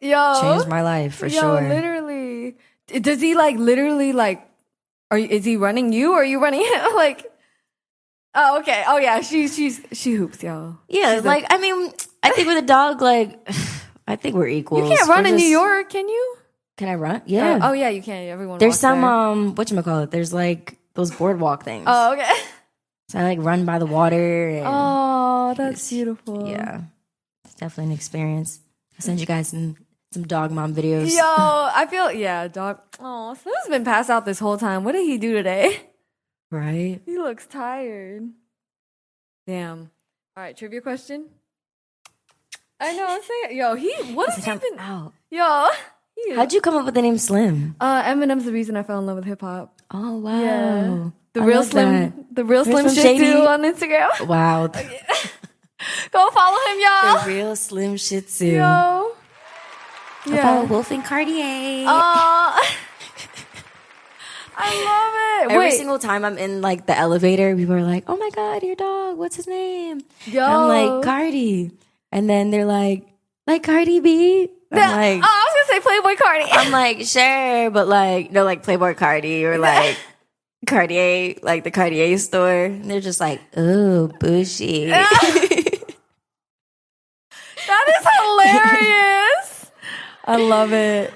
A: yo,
B: changed my life for
A: Oh? yo,
B: sure.
A: literally. D- Does he like literally like? Are you, is he running you or are you running him? like, oh okay, oh yeah, she's she's she hoops, y'all.
B: yeah, like I mean, I think with a dog, like I think we're equals.
A: You can't run
B: We're
A: in New
B: just-
A: York, can you?
B: Can I run? Yeah.
A: Oh yeah, you can. Everyone.
B: there's
A: walks
B: some
A: there.
B: um what you call it? There's like those boardwalk things.
A: oh okay.
B: so I like run by the water. And,
A: Oh, that's beautiful.
B: yeah, it's definitely an experience. I'll send you guys some some dog mom videos.
A: Yo, I feel yeah, dog. Oh, Slim's been passed out this whole time. What did he do today?
B: Right.
A: He looks tired. Damn. All right, trivia question. I know. I'm saying, yo, he what
B: Is
A: has
B: it
A: he
B: I'm
A: been?
B: out.
A: Yo, he is-
B: How'd you come up with the name Slim?
A: Uh, Eminem's the reason I fell in love with hip hop.
B: Oh wow.
A: The
B: I
A: real
B: love
A: Slim,
B: that.
A: the real
B: Real
A: Slim,
B: Slim
A: Shit
B: Shady.
A: Too on Instagram.
B: Wow.
A: Go follow him,
B: The
A: y'all.
B: real Slim Shih Tzu.
A: Oh. Yo.
B: I
A: Yeah.
B: follow Wolf and Cartier.
A: Oh, Aw. I love it.
B: Every
A: Wait,
B: single time I'm in like the elevator, people are like, "Oh my god, your dog! What's his name?"
A: yo.
B: And I'm like Cardi, and then they're like, "Like Cardi B." I'm
A: That-
B: like,
A: oh, I was gonna say Playboy Cardi.
B: I'm like, sure, but like, no, like Playboy Cardi or like Cartier, like the Cartier store. And they're just like, "Ooh, bushy."
A: that is hilarious. I love it.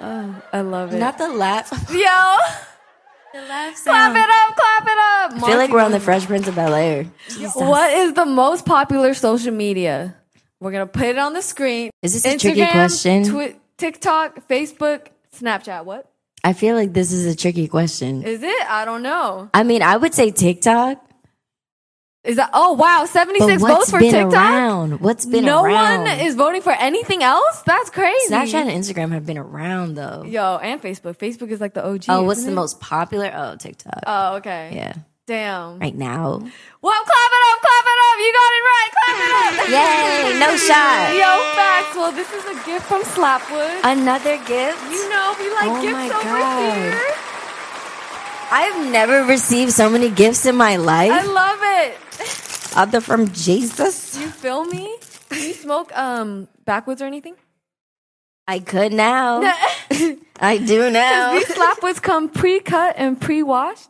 A: Oh, I love it.
B: Not the laugh.
A: yo, clap it up, clap it up.
B: I feel like we're on the Fresh Prince of Bel Air.
A: What is the most popular social media? We're gonna put it on the screen.
B: Is this a tricky question?
A: Twi- TikTok, Facebook, Snapchat. What
B: I feel like this is a tricky question.
A: is it? I don't know.
B: I mean, I would say TikTok,
A: Is that? Oh wow, seventy
B: but
A: six votes
B: what's
A: for
B: been
A: TikTok.
B: around? What's been
A: no
B: around?
A: one is voting for anything else. That's crazy.
B: Snapchat and Instagram have been around though.
A: Yo, and Facebook. Facebook is like the OG.
B: oh, what's
A: isn't
B: the
A: it?
B: most popular? Oh, TikTok.
A: Oh, okay.
B: yeah,
A: Damn.
B: right now.
A: Well, clap it up, clap it up. You got it right. Clap it up.
B: Yay! No shot.
A: Yo, facts. Well, So this is a gift from Slapwood.
B: Another gift.
A: you know, we like
B: Oh my
A: gifts over
B: God.
A: here.
B: I've never received so many gifts in my
A: I
B: life,
A: love it.
B: other from Jesus.
A: You feel me? Do you smoke um backwards or anything?
B: I could now. I do now.
A: These slapwoods come pre-cut and pre-washed,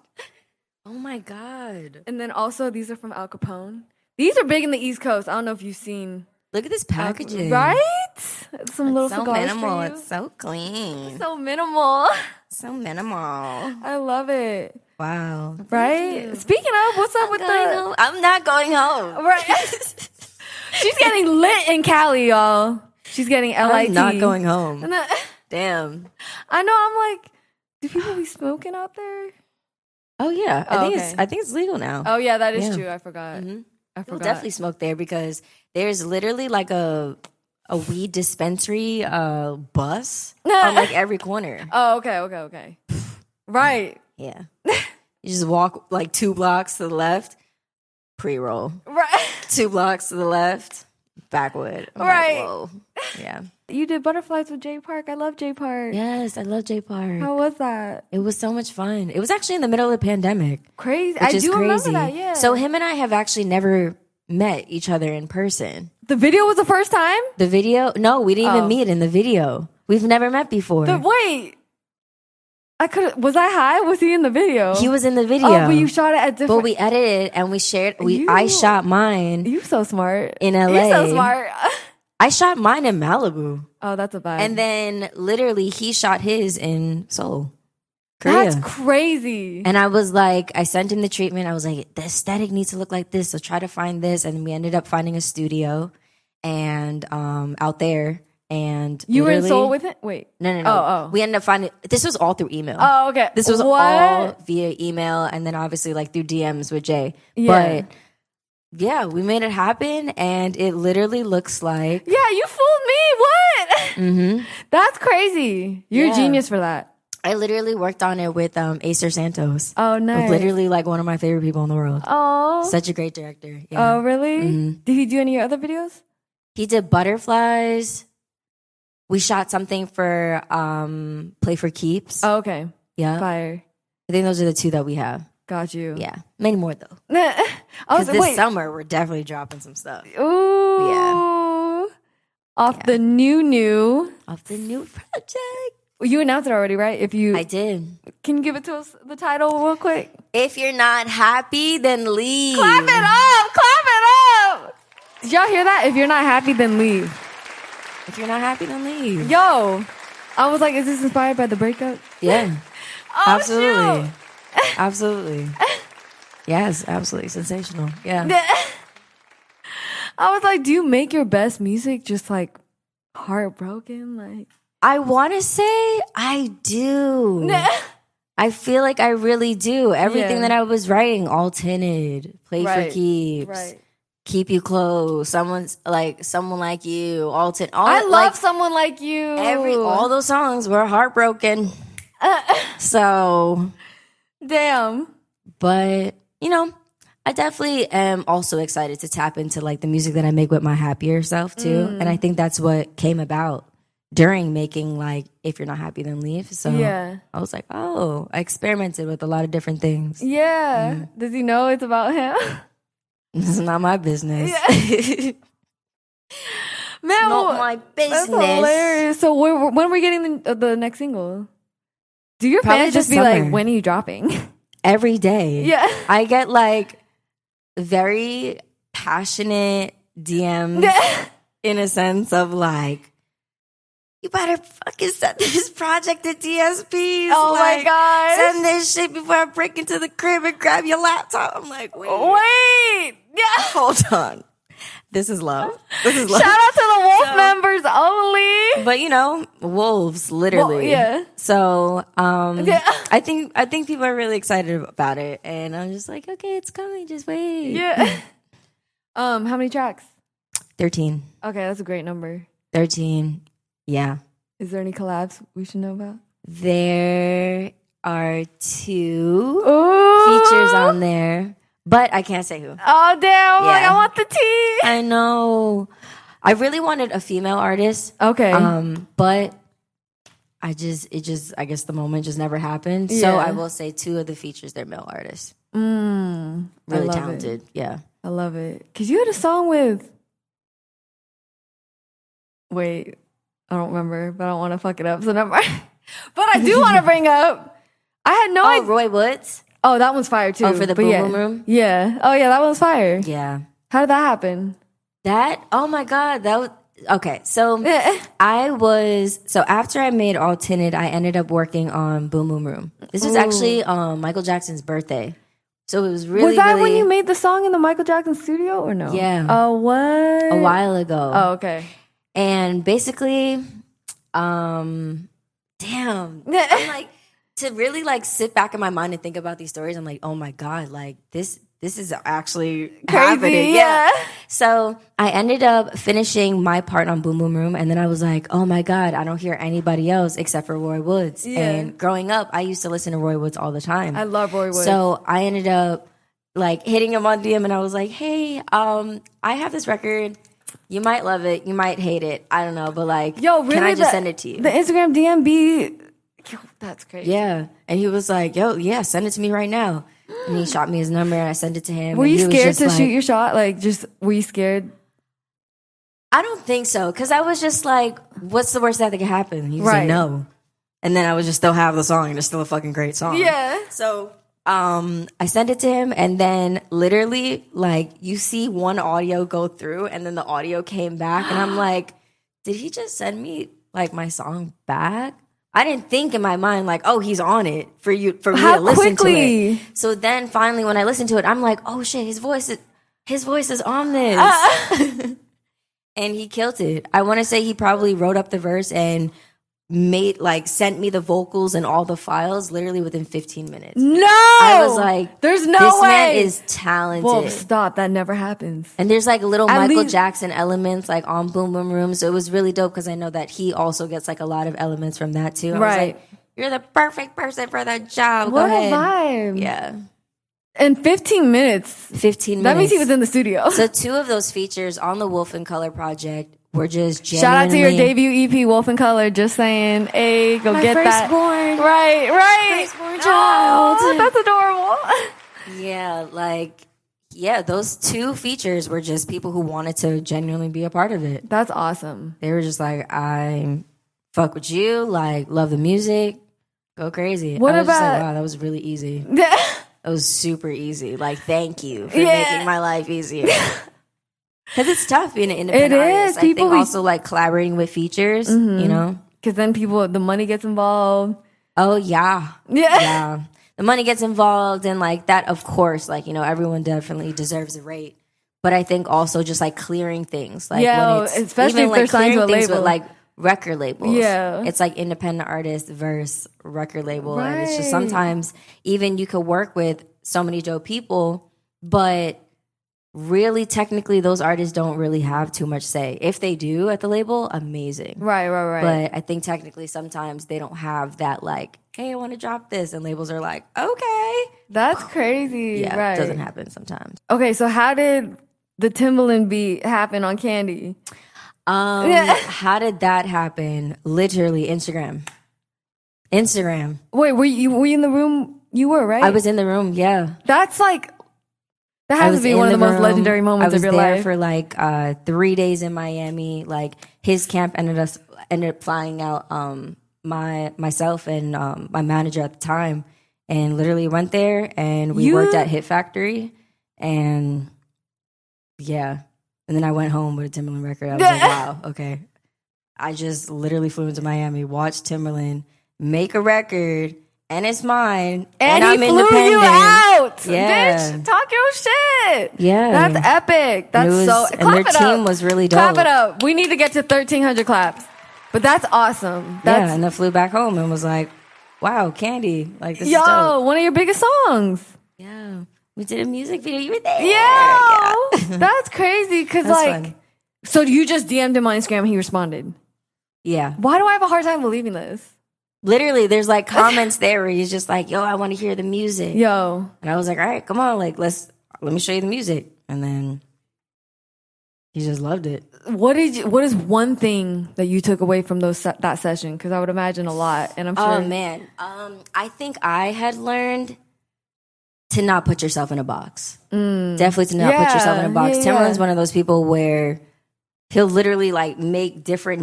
B: Oh my god!
A: and then also these are from Al Capone. These are big in the East Coast. I don't know if you've seen
B: Look at this
A: Al-
B: packaging.
A: Uh, right? Some little
B: So
A: cigars
B: minimal.
A: for you.
B: It's so clean.
A: so minimal.
B: So minimal.
A: I love it.
B: Wow.
A: Right? Speaking of, what's up with
B: Going
A: the
B: home. I'm not going home.
A: right? She's getting lit in Cali, y'all. She's getting lit.
B: I'm not going home.
A: home.
B: Damn.
A: I know. I'm like, do people be smoking out there?
B: Oh yeah. I
A: Oh,
B: think it's
A: okay.
B: I think it's legal now.
A: Oh yeah, that is
B: Yeah.
A: true. I forgot. I
B: You'll
A: forgot.
B: definitely smoke there because there's literally like a a weed dispensary uh bus on like every corner.
A: Oh okay, okay, okay. right,
B: Yeah. You just walk like two blocks to the left, pre roll.
A: right.
B: Two blocks to the left, backwood. I'm like,
A: Right.
B: "Whoa." Yeah.
A: You did butterflies with Jay Park. I love Jay Park.
B: Yes, I love J Park.
A: How was that?
B: It was so much fun. It was actually in the middle of the pandemic.
A: Crazy. I
B: Which is
A: do
B: crazy.
A: remember that. Yeah.
B: So him and I have actually never met each other in person.
A: the video was the first time.
B: The video? No, we didn't
A: Oh.
B: even meet in the video. We've never met before.
A: But wait, I could. Was I high? Was he in the video?
B: he was in the video.
A: Oh, but you shot it at different.
B: But we edited and we shared. We I
A: You-
B: shot mine.
A: You so smart
B: In
A: You so
B: LA.
A: smart.
B: I shot mine in Malibu,
A: oh, that's a vibe.
B: and then literally he shot his in Seoul, Korea.
A: that's crazy.
B: and I was like, I sent him the treatment. I was like, the aesthetic needs to look like this, so try to find this. And we ended up finding a studio, and um, out there, and
A: you were in
B: literally-
A: Seoul with it. Wait.
B: No, no, no.
A: Oh, oh.
B: We ended up finding this was all through email.
A: Oh, okay.
B: This was
A: What?
B: all via email and then obviously like through DMs with Jay.
A: Yeah.
B: But yeah, we made it happen and it literally looks like
A: Yeah, you fooled me. What? Mm-hmm. That's crazy. You're
B: Yeah.
A: a genius for that.
B: I literally worked on it with um Acer Santos.
A: Oh, nice.
B: Literally like one of my favorite people in the world.
A: Oh.
B: Such a Mm-hmm. great director. Yeah.
A: Oh, really? Did he do any other videos?
B: he did butterflies. We shot something for um Play for Keeps.
A: Oh, okay.
B: yeah.
A: Fire.
B: I think those are the two that we have.
A: Got you.
B: Yeah. Many more though.
A: I was like,
B: Because this
A: wait.
B: summer we're definitely dropping some stuff.
A: ooh. Off the new new.
B: off the new project.
A: Well, You announced it already, right? If you
B: I did.
A: can you give it to us the title real quick.
B: If you're not happy, then leave.
A: Clap it up. Clap it up. Did y'all hear that? If you're not happy, then leave.
B: If you're not happy, then leave.
A: Yo. I was like, is this inspired by the breakup?
B: Yeah,
A: Oh,
B: absolutely, absolutely. Yes, absolutely sensational. Yeah,
A: I was like, do you make your best music just like heartbroken? Like,
B: I want to say I do. I feel like I really do. Everything
A: Yeah.
B: that I was writing, all tinted, play
A: Right,
B: for keeps, keep you close. Someone's like someone like you, all tin. All
A: I
B: that,
A: love
B: like,
A: someone like you.
B: every all those songs were heartbroken.
A: Uh.
B: so,
A: damn.
B: but you know, I definitely am also excited to tap into like the music that I make with my happier self too,
A: Mm.
B: and I think that's what came about during making like if you're not happy then leave. So
A: Yeah.
B: I was like, oh, I experimented with a lot of different things.
A: Yeah.
B: mm.
A: Does he know it's about him?
B: This is not my business.
A: Man,
B: not
A: wh-
B: my
A: that's
B: business.
A: hilarious. So we're, we're- when are we getting the, uh, the next single? Do your
B: Probably
A: fans just be
B: this summer.
A: like, when are you dropping?
B: every day.
A: Yeah.
B: I get like very passionate DMs in a sense of like, you better fucking send this project to DSPs.
A: Oh my
B: Like,
A: gosh.
B: Send this shit before I break into the crib and grab your laptop. I'm like, wait,
A: Wait. Yeah.
B: hold on. This is love. This is love.
A: Shout out to the Wolf members only.
B: But you know, wolves literally.
A: Well, yeah.
B: So um,
A: Yeah.
B: I think I think people are really excited about it, and I'm just like, okay, it's coming. Just wait.
A: Yeah. um, how many tracks?
B: 13.
A: Okay, that's a great number.
B: 13. Yeah.
A: Is there any collabs we should know about?
B: There are two
A: Ooh.
B: features on there, but I can't say who.
A: Oh damn! Like
B: Yeah.
A: I want the tea.
B: I know. I really wanted a female artist.
A: Okay.
B: Um, but I just it just I guess the moment just never happened. So
A: Yeah.
B: I will say two of the features they're male artists.
A: Mm, I
B: Really
A: love it.
B: talented. Yeah.
A: I love it. Cause you had a song with. Wait, I don't remember, but I don't want to fuck it up. So never. mind. but I do want to bring up. I had no
B: Oh,
A: idea.
B: Roy Woods.
A: Oh, that one's fire too.
B: Oh, for the
A: but
B: Boom
A: yeah.
B: Boom Room?
A: Yeah. Oh yeah, that one's fire.
B: Yeah.
A: How did that happen?
B: That oh my god, that was okay. So I was so after I made All Tinted, I ended up working on Boom Boom Room. This was actually um, Michael Jackson's birthday, so it was really
A: was that when
B: really
A: you made the song in the Michael Jackson studio or no?
B: Yeah.
A: Oh what?
B: a while ago.
A: Oh okay.
B: and basically, um, damn, I'm like to really like sit back in my mind and think about these stories. I'm like, oh my god, like this this is actually happening.
A: yeah.
B: So I ended up finishing my part on Boom Boom Room, and then I was like, oh my God, I don't hear anybody else except for Roy Woods.
A: Yeah.
B: And growing up, I used to listen to Roy Woods all the time.
A: I love Roy Woods.
B: So I ended up like hitting him on DM, and I was like, hey, um, I have this record. You might love it, you might hate it. I don't know, but like,
A: Yo, really?
B: can I just
A: the-
B: send it to you?
A: The Instagram DMB. Yo, that's crazy.
B: yeah. And he was like, yo, yeah, send it to me right now. And he shot me his number, and I sent it to him.
A: Were
B: and
A: you
B: he was
A: scared
B: just
A: to
B: like-
A: shoot your shot? Like, just were you scared?
B: I don't think so. Cause I was just like, what's the worst that could happen? You
A: Right.
B: say no. And then I would just still have the song and it's still a fucking great song. So um I sent it to him and then literally like you see one audio go through and then the audio came back and I'm like, did he just send me like my song back? I didn't think in my mind like, oh, he's on it for you for me
A: How
B: to listen
A: quickly?
B: to it. So then finally when I listened to it, I'm like, oh shit, his voice is his voice is on this. and he killed it. I want to say he probably wrote up the verse and made like sent me the vocals and all the files literally within 15 minutes.
A: No.
B: I was like,
A: there's no
B: this
A: way.
B: man is talented.
A: Well, stop. That never happens.
B: and there's like little
A: At
B: Michael
A: least-
B: Jackson elements like on Boom Boom Room. So it was really dope because I know that he also gets like a lot of elements from that too. I was
A: Right.
B: like, You're the perfect person for that job.
A: What
B: Go
A: a
B: ahead.
A: vibe.
B: Yeah.
A: In 15 minutes.
B: 15 minutes.
A: That means he was in the studio.
B: so two of those features on the Wolf and Color project were just
A: Shout out to your
B: genuinely-
A: debut EP, Wolf in Color. Just saying, hey, go
B: My
A: get that.
B: firstborn.
A: Right, right.
B: Firstborn
A: Aw,
B: child.
A: that's adorable.
B: Yeah, like yeah, those two features were just people who wanted to genuinely be a part of it.
A: That's awesome.
B: They were just like, I fuck with you, like love the music, go crazy.
A: What
B: I was just like,
A: about-
B: wow, that was really easy. It was super easy. Like, thank you for
A: Yeah.
B: making my life easier. Because it's tough being an independent
A: It is.
B: artist. I
A: People Mm-hmm.
B: think
A: who-
B: also like collaborating with features, you know.
A: Because then people, the money gets involved.
B: Oh yeah.
A: Yeah.
B: Yeah. um, The money gets involved and like that of course, like, you know, everyone definitely deserves a rate. But I think also just like clearing things. Like
A: Yeah,
B: when it's
A: especially
B: even,
A: if they're
B: like,
A: signed to
B: clearing
A: a
B: things
A: label.
B: with like record labels.
A: Yeah.
B: It's like independent artist versus record label. And it's just sometimes even you could work with so many dope people, but really technically those artists don't really have too much say. If they do at the label, amazing.
A: Right, right, right.
B: But I think technically sometimes they don't have that like, hey, I want to drop this, and labels are like, okay,
A: That's crazy.
B: yeah,
A: right.
B: it doesn't happen sometimes.
A: Okay, so how did the Timbaland beat happen on Candy?
B: Um,
A: Yeah.
B: how did that happen? Literally, Instagram, Instagram.
A: Wait, were you were you in the room? You were right.
B: I was in the room. Yeah,
A: That's like that
B: I
A: has
B: was
A: to be
B: in
A: one of the, most
B: room.
A: legendary moments
B: I was
A: of your
B: there
A: life.
B: for like uh, three days in Miami. Like his camp ended us ended up flying out um, my myself and um, my manager at the time, and literally went there and we
A: You-
B: worked at Hit Factory, and yeah, and then I went home with a Timberland record. I was like, wow, okay. I just literally flew into Miami, watched Timberland make a record, and it's mine,
A: and,
B: I'm
A: he flew
B: independent.
A: you out,
B: Yeah.
A: bitch. Talk your shit.
B: Yeah.
A: that's epic. That's
B: it was-
A: so.
B: and
A: clap
B: their
A: it
B: team
A: up.
B: was really
A: Clap
B: dope.
A: it up. We need to get to thirteen hundred claps. But that's awesome.
B: yeah,
A: That's
B: and then flew back home and was like, "Wow, Candy, like this is
A: yo,
B: dope."
A: one of your biggest songs.
B: Yeah, we did a music video. You were there.
A: Yeah, that's crazy. Cause
B: That's
A: like,
B: fun.
A: so you just DM'd him on Instagram. and He responded.
B: yeah.
A: Why do I have a hard time believing this?
B: Literally, there's like comments there where he's just like, "Yo, I want to hear the music,"
A: Yo,
B: and I was like, "All right, come on, like let's let me show you the music," and then He just loved it.
A: What did you, what is one thing that you took away from those se- that session? Because I would imagine a lot, and I'm sure.
B: Oh man, um, I think I had learned to not put yourself in a box. Definitely to not put yourself
A: Mm.
B: in
A: Yeah,
B: a box.
A: yeah,
B: Timberland's
A: yeah.
B: one of those people where he'll literally like make different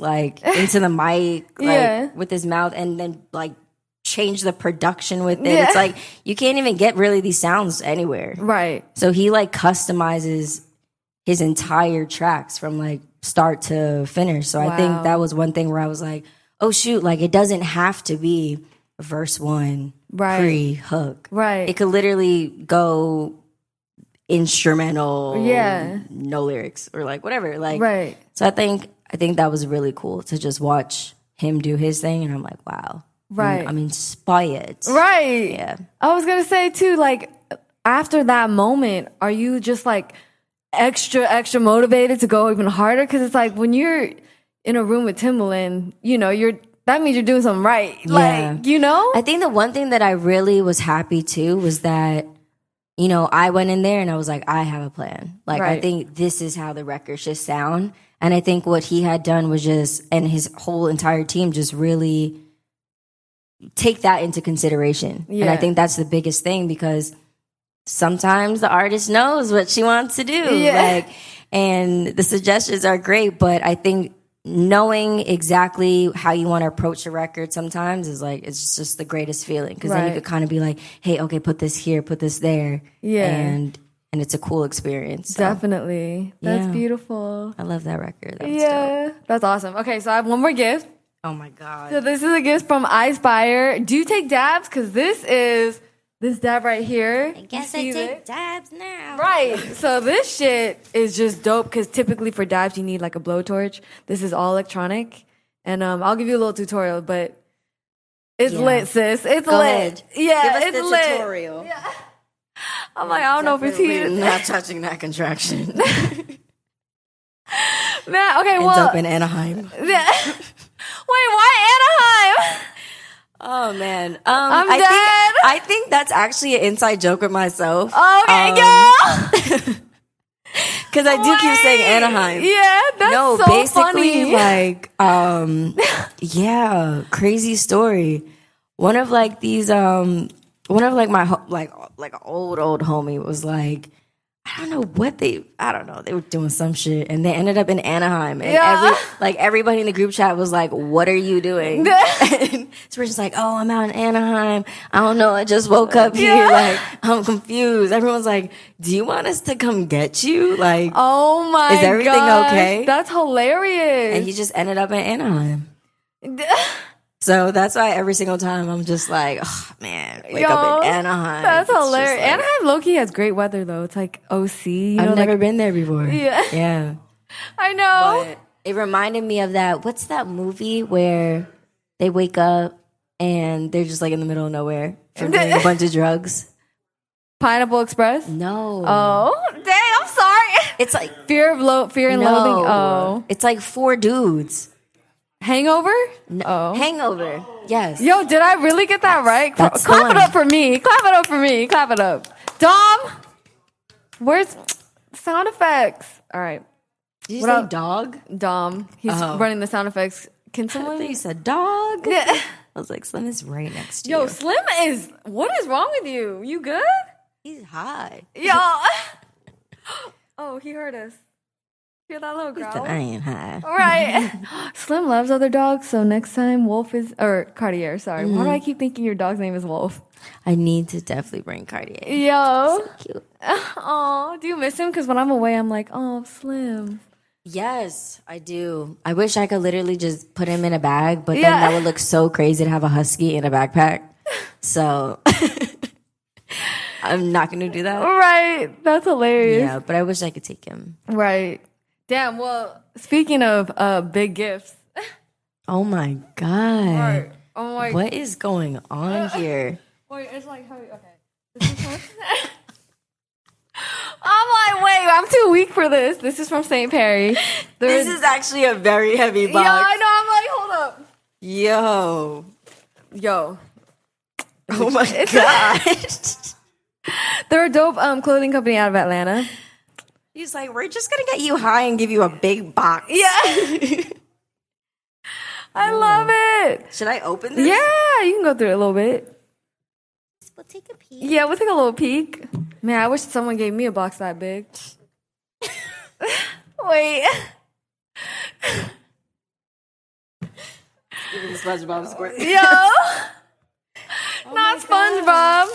B: like into the mic, like
A: Yeah.
B: with his mouth, and then like change the production with it.
A: Yeah.
B: It's like you can't even get really these sounds anywhere.
A: Right.
B: So he like customizes his entire tracks from like start to finish. So I
A: Wow.
B: think that was one thing where I was like, oh shoot, like it doesn't have to be verse one,
A: Right.
B: pre hook.
A: Right.
B: It could literally go instrumental,
A: Yeah.
B: no lyrics or like whatever. Like
A: Right.
B: So I think I think that was really cool to just watch him do his thing, and I'm like, wow, I'm-
A: Right.
B: I'm, inspired.
A: Right.
B: Yeah.
A: I was gonna say too, like after that moment, are you just like extra extra motivated to go even harder? Because it's like when you're in a room with Timbaland, you know, you're that means you're doing something right.
B: Yeah.
A: Like you know,
B: I think the one thing that I really was happy too was that, you know, I went in there and I was like, I have a plan. Like, I
A: Right.
B: think this is how the record should sound. And I think what he had done was just, and his whole entire team just really take that into consideration. And
A: Yeah.
B: I think that's the biggest thing because sometimes the artist knows what she wants to do.
A: Yeah.
B: Like, and the suggestions are great, but I think knowing exactly how you want to approach a record sometimes is like it's just the greatest feeling because then
A: Right.
B: you could kind of be like, hey, okay, put this here, put this there,
A: Yeah.
B: and and it's a cool experience. So
A: definitely, that's
B: Yeah.
A: beautiful.
B: I love that record. That was dope.
A: Yeah, that's awesome. Okay, so I have one more gift.
B: Oh my god.
A: So this is a gift from iSpire. Do you take dabs? Because this is this dab right here. You
B: Guess
A: see
B: I
A: this?
B: take dabs now.
A: Right. So this shit is just dope because typically for dives you need like a blowtorch. This is all electronic, and um, I'll give you a little tutorial, but it's lit, sis. It's
B: Go
A: lit.
B: ahead.
A: Yeah,
B: Give us
A: it's
B: the
A: lit.
B: tutorial.
A: I'm like, I don't know if it's
B: We're
A: heated.
B: not touching that contraction.
A: Man, okay,
B: It's
A: well,
B: up in Anaheim.
A: yeah. wait, why Anaheim?
B: Oh man, um,
A: I'm
B: I
A: dead.
B: think I think that's actually an inside joke with myself.
A: Okay, girl.
B: because I do keep saying Anaheim.
A: Yeah, that's
B: no,
A: so
B: basically,
A: funny.
B: like, um, yeah, crazy story. One of like these, um, one of like my ho- like like an old old homie was like, I don't know what they, I don't know, they were doing some shit, and they ended up in Anaheim, and
A: Yeah.
B: every like everybody in the group chat was like, "What are you doing?" and so we're just like, "Oh, I'm out in Anaheim. I don't know. I just woke up here. Like, I'm confused." Everyone's like, "Do you want us to come get you?" Like,
A: oh my
B: Is everything
A: gosh,
B: okay?
A: That's hilarious.
B: and he just ended up in Anaheim. So that's why every single time I'm just like, oh man, wake up in
A: Yo,
B: Anaheim.
A: That's
B: It's just
A: hilarious.
B: like-
A: Anaheim Loki has great weather though. It's like OC. You
B: I've
A: know,
B: never
A: like,
B: been there before.
A: Yeah.
B: Yeah.
A: I know.
B: But it reminded me of that. What's that movie where they wake up and they're just like in the middle of nowhere from doing a bunch of drugs?
A: Pineapple Express.
B: No.
A: Oh, dang! I'm sorry.
B: It's like
A: Fear of lo- fear and
B: no.
A: loathing. Oh,
B: It's like four dudes.
A: Hangover.
B: No. Hangover. Yes.
A: Oh. Yo, did I really get that right? Cla-
B: that's the
A: Clap it
B: one.
A: up for me. Clap it up for me. Clap it up. Dom, where's sound effects? All right,
B: Did you
A: What
B: say
A: up?
B: dog?
A: Dom. He's
B: Oh.
A: running the sound effects. Can
B: I thought
A: someone?
B: you said dog.
A: Yeah.
B: I was like, Slim is right next to
A: Yo,
B: you.
A: Slim is. What is wrong with you? You good?
B: He's high.
A: Yo. oh, he heard us. Hear that little growl?
B: I ain't high.
A: Right. Slim loves other dogs, so next time Wolf is or Cartier, sorry. Why do I keep thinking your dog's name is Wolf?
B: I need to definitely bring Cartier.
A: Yo.
B: Cute.
A: Oh, do you miss him? Because when I'm away, I'm like, oh, Slim.
B: Yes, I do. I wish I could literally just put him in a bag, but
A: Yeah.
B: then that would look so crazy to have a husky in a backpack. So I'm not gonna do that.
A: Right. That's hilarious.
B: Yeah, but I wish I could take him.
A: Right. Damn. Well, speaking of uh big gifts.
B: Oh my god.
A: Oh my.
B: What is going on here?
A: Wait, it's like how? Okay. This is from- I'm like, wait, I'm too weak for this. This is from St. Perry. There is.
B: actually a very heavy
A: yeah, I know. I'm like, hold up.
B: Yo.
A: Yo,
B: Oh my gosh.
A: they're a dope um, clothing company out of Atlanta.
F: He's like, we're just gonna get you high and give you a big box.
A: Yeah. I love it.
F: Should I open this?
A: Yeah, you can go through it a little bit.
F: We'll take a peek.
A: Yeah, we'll take a little peek. Man, I wish someone gave me a box that big. Wait.
F: SpongeBob SquarePants.
A: Yo. Not SpongeBob.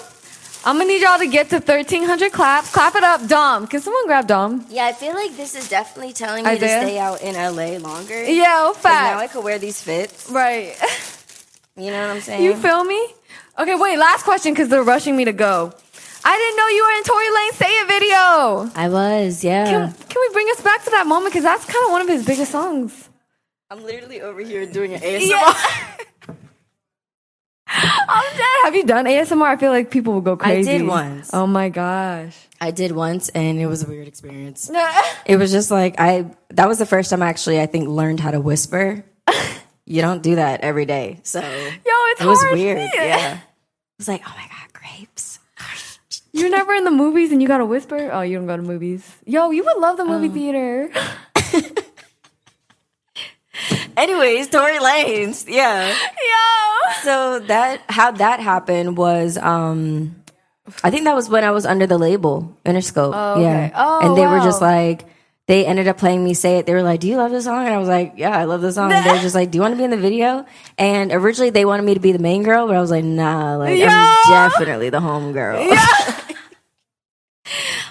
A: I'm gonna need y'all to get to 1,300 claps. Clap it up, Dom. Can someone grab Dom?
F: Yeah, I feel like this is definitely telling me
A: Isaiah?
F: to stay out in LA longer.
A: Yo,
F: 'Cause Now I
A: fat.
F: could wear these fits.
A: oh, Right.
F: You know what I'm saying?
A: You feel me? Okay, wait, last question because they're rushing me to go. I didn't know you were in Tory Lane Say It video.
B: I was, yeah.
A: Can, can we bring us back to that moment? Because that's kind of one of his biggest songs.
F: I'm literally over here doing an ASMR.
A: I'm dead. Have you done ASMR? I feel like people will go
B: I did
A: crazy.
B: once.
A: Oh my gosh.
B: I did once and it was a weird experience.
A: yeah,
B: It was just like I that was the first time I actually I think learned how to whisper. you don't do that every day. So
A: Yo, it's
B: it was
A: hard.
B: weird. Yeah. I was like, "Oh my god, grapes."
A: You're never in the movies and you gotta whisper. Oh, you don't go to movies. Yo, you would love the
B: Oh.
A: movie theater.
B: Anyways, Tory Lanez. Yeah.
A: Yo.
B: So that how that happened was um I think that was when I was under the label Interscope.
A: okay.
B: Yeah.
A: Oh,
B: and they were
A: wow.
B: just like they ended up playing me say it. They were like, "Do you love this song?" And I was like, "Yeah, I love this song." And they were just like, "Do you want to be in the video?" And originally they wanted me to be the main girl, but I was like, "Nah, like I'm
A: Yeah.
B: definitely the home girl."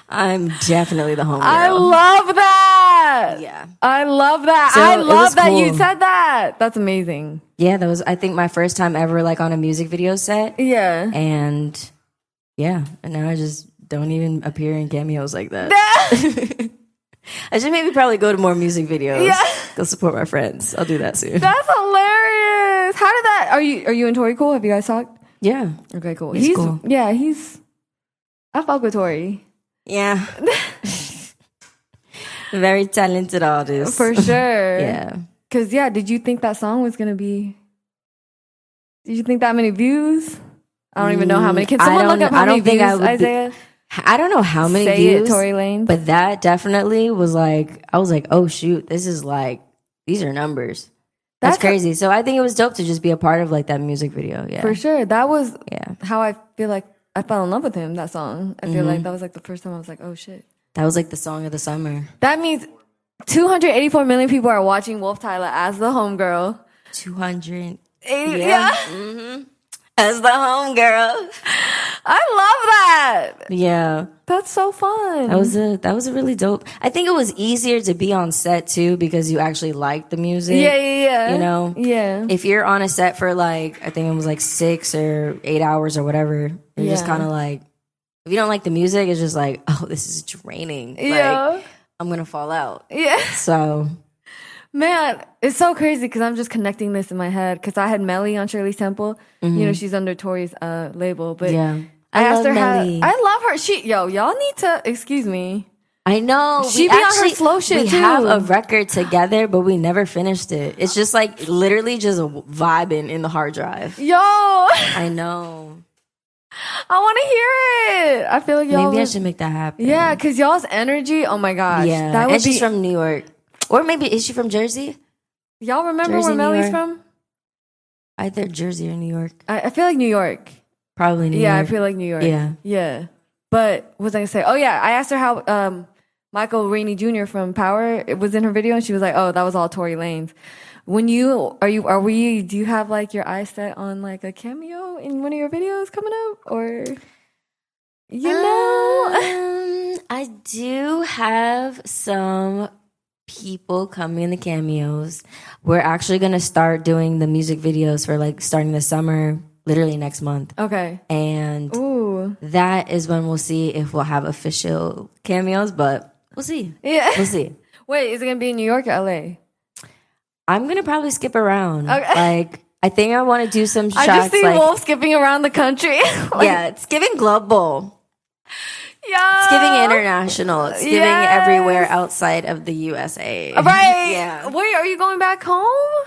B: I'm definitely the home girl.
A: I love that.
B: Yeah.
A: I love that.
B: So
A: I
B: it
A: love
B: was
A: that you
B: cool.
A: said that. That's amazing.
B: yeah, that was I think my first time ever like on a music video set.
A: Yeah.
B: And yeah, and now I just don't even appear in cameos like that. I should maybe probably go to more music videos.
A: Yeah.
B: Go support my friends. I'll do that soon.
A: That's hilarious. How did that? Are you are you and Tori cool? Have you guys talked?
B: yeah.
A: Okay, cool.
B: He's cool.
A: Yeah, he's. I fuck with Tori
B: Yeah. Very talented artist.
A: for sure.
B: Yeah.
A: Cause yeah, did you think that song was gonna be? Did you think that many views? I don't even know how many. Can
B: Mm, I
A: someone look
B: don't-
A: up how
B: I
A: many
B: don't think I
A: views?
B: would be-
A: Isaiah,
B: I don't know how many
A: say
B: views,
A: it, Tory Lane.
B: but that definitely was like, I was like, oh shoot, this is like, these are numbers. That's,
A: That's-
B: crazy. so I think it was dope to just be a part of like that music video. Yeah.
A: for sure, that was
B: Yeah.
A: how I feel like I fell in love with him. That song, I feel like that was like the first time I was like, oh shit.
B: That was like the song of the summer.
A: That means 284 million people are watching Wolf Tyler as the homegirl.
B: 200
A: Yeah.
B: as the home girl.
A: I love that.
B: Yeah.
A: That's so fun.
B: That was a that was a really dope. I think it was easier to be on set too because you actually like the music.
A: yeah, yeah, yeah.
B: You know?
A: Yeah.
B: If you're on a set for like I think it was like 6 or 8 hours or whatever, you're just
A: Yeah.
B: kind of like if you don't like the music, it's just like, oh, this is draining. Like,
A: yeah.
B: I'm going to fall out.
A: Yeah.
B: So,
A: Man, it's so crazy because I'm just connecting this in my head because I had Melly on Shirley Temple. You know, she's under Tori's uh, label, but
B: Mm-hmm. yeah.
A: I, asked her
B: Nelly.
A: how. I love her. She, yo, y'all need to, excuse me.
B: I know.
A: She
B: we
A: be on her slow shit,
B: We have
A: too.
B: a record together, but we never finished it. It's just like literally just vibing in the hard drive.
A: Yo, I
B: I know.
A: want to hear it. I feel like y'all.
B: Maybe I
A: would-
B: should make that happen.
A: Yeah, because y'all's energy, oh my gosh.
B: yeah.
A: That would
B: and
A: be,
B: she's from New York, or maybe is she from Jersey?
A: Y'all remember
B: Jersey,
A: where
B: New
A: Melly's
B: York.
A: from?
B: Either Jersey or New York.
A: I, I feel like New York.
B: Probably New
A: yeah,
B: York.
A: I feel like New York.
B: Yeah.
A: Yeah. But what was I gonna say? Oh yeah, I asked her how um Michael Rainey Jr. from Power was in her video and she was like, Oh, that was all Tory Lanez. When you are you are we do you have like your eyes set on like a cameo in one of your videos coming up? Or you know
B: Um, I do have some people coming in the cameos. We're actually gonna start doing the music videos for like starting the summer, literally next month,
A: Okay.
B: and.
A: Ooh.
B: that is when we'll see if we'll have official cameos, but we'll see.
A: Yeah.
B: We'll see.
A: Wait, is it gonna be in New York or LA?
B: I'm gonna probably skip around.
A: Okay.
B: Like I think I want to do some
A: I
B: shots.
A: just see
B: like,
A: Wolf skipping around the country. like,
B: yeah, it's giving global.
A: yo.
B: It's giving international. It's giving
A: Oh. Yes.
B: everywhere outside of the USA.
A: Right.
B: Yeah.
A: Wait, are you going back home?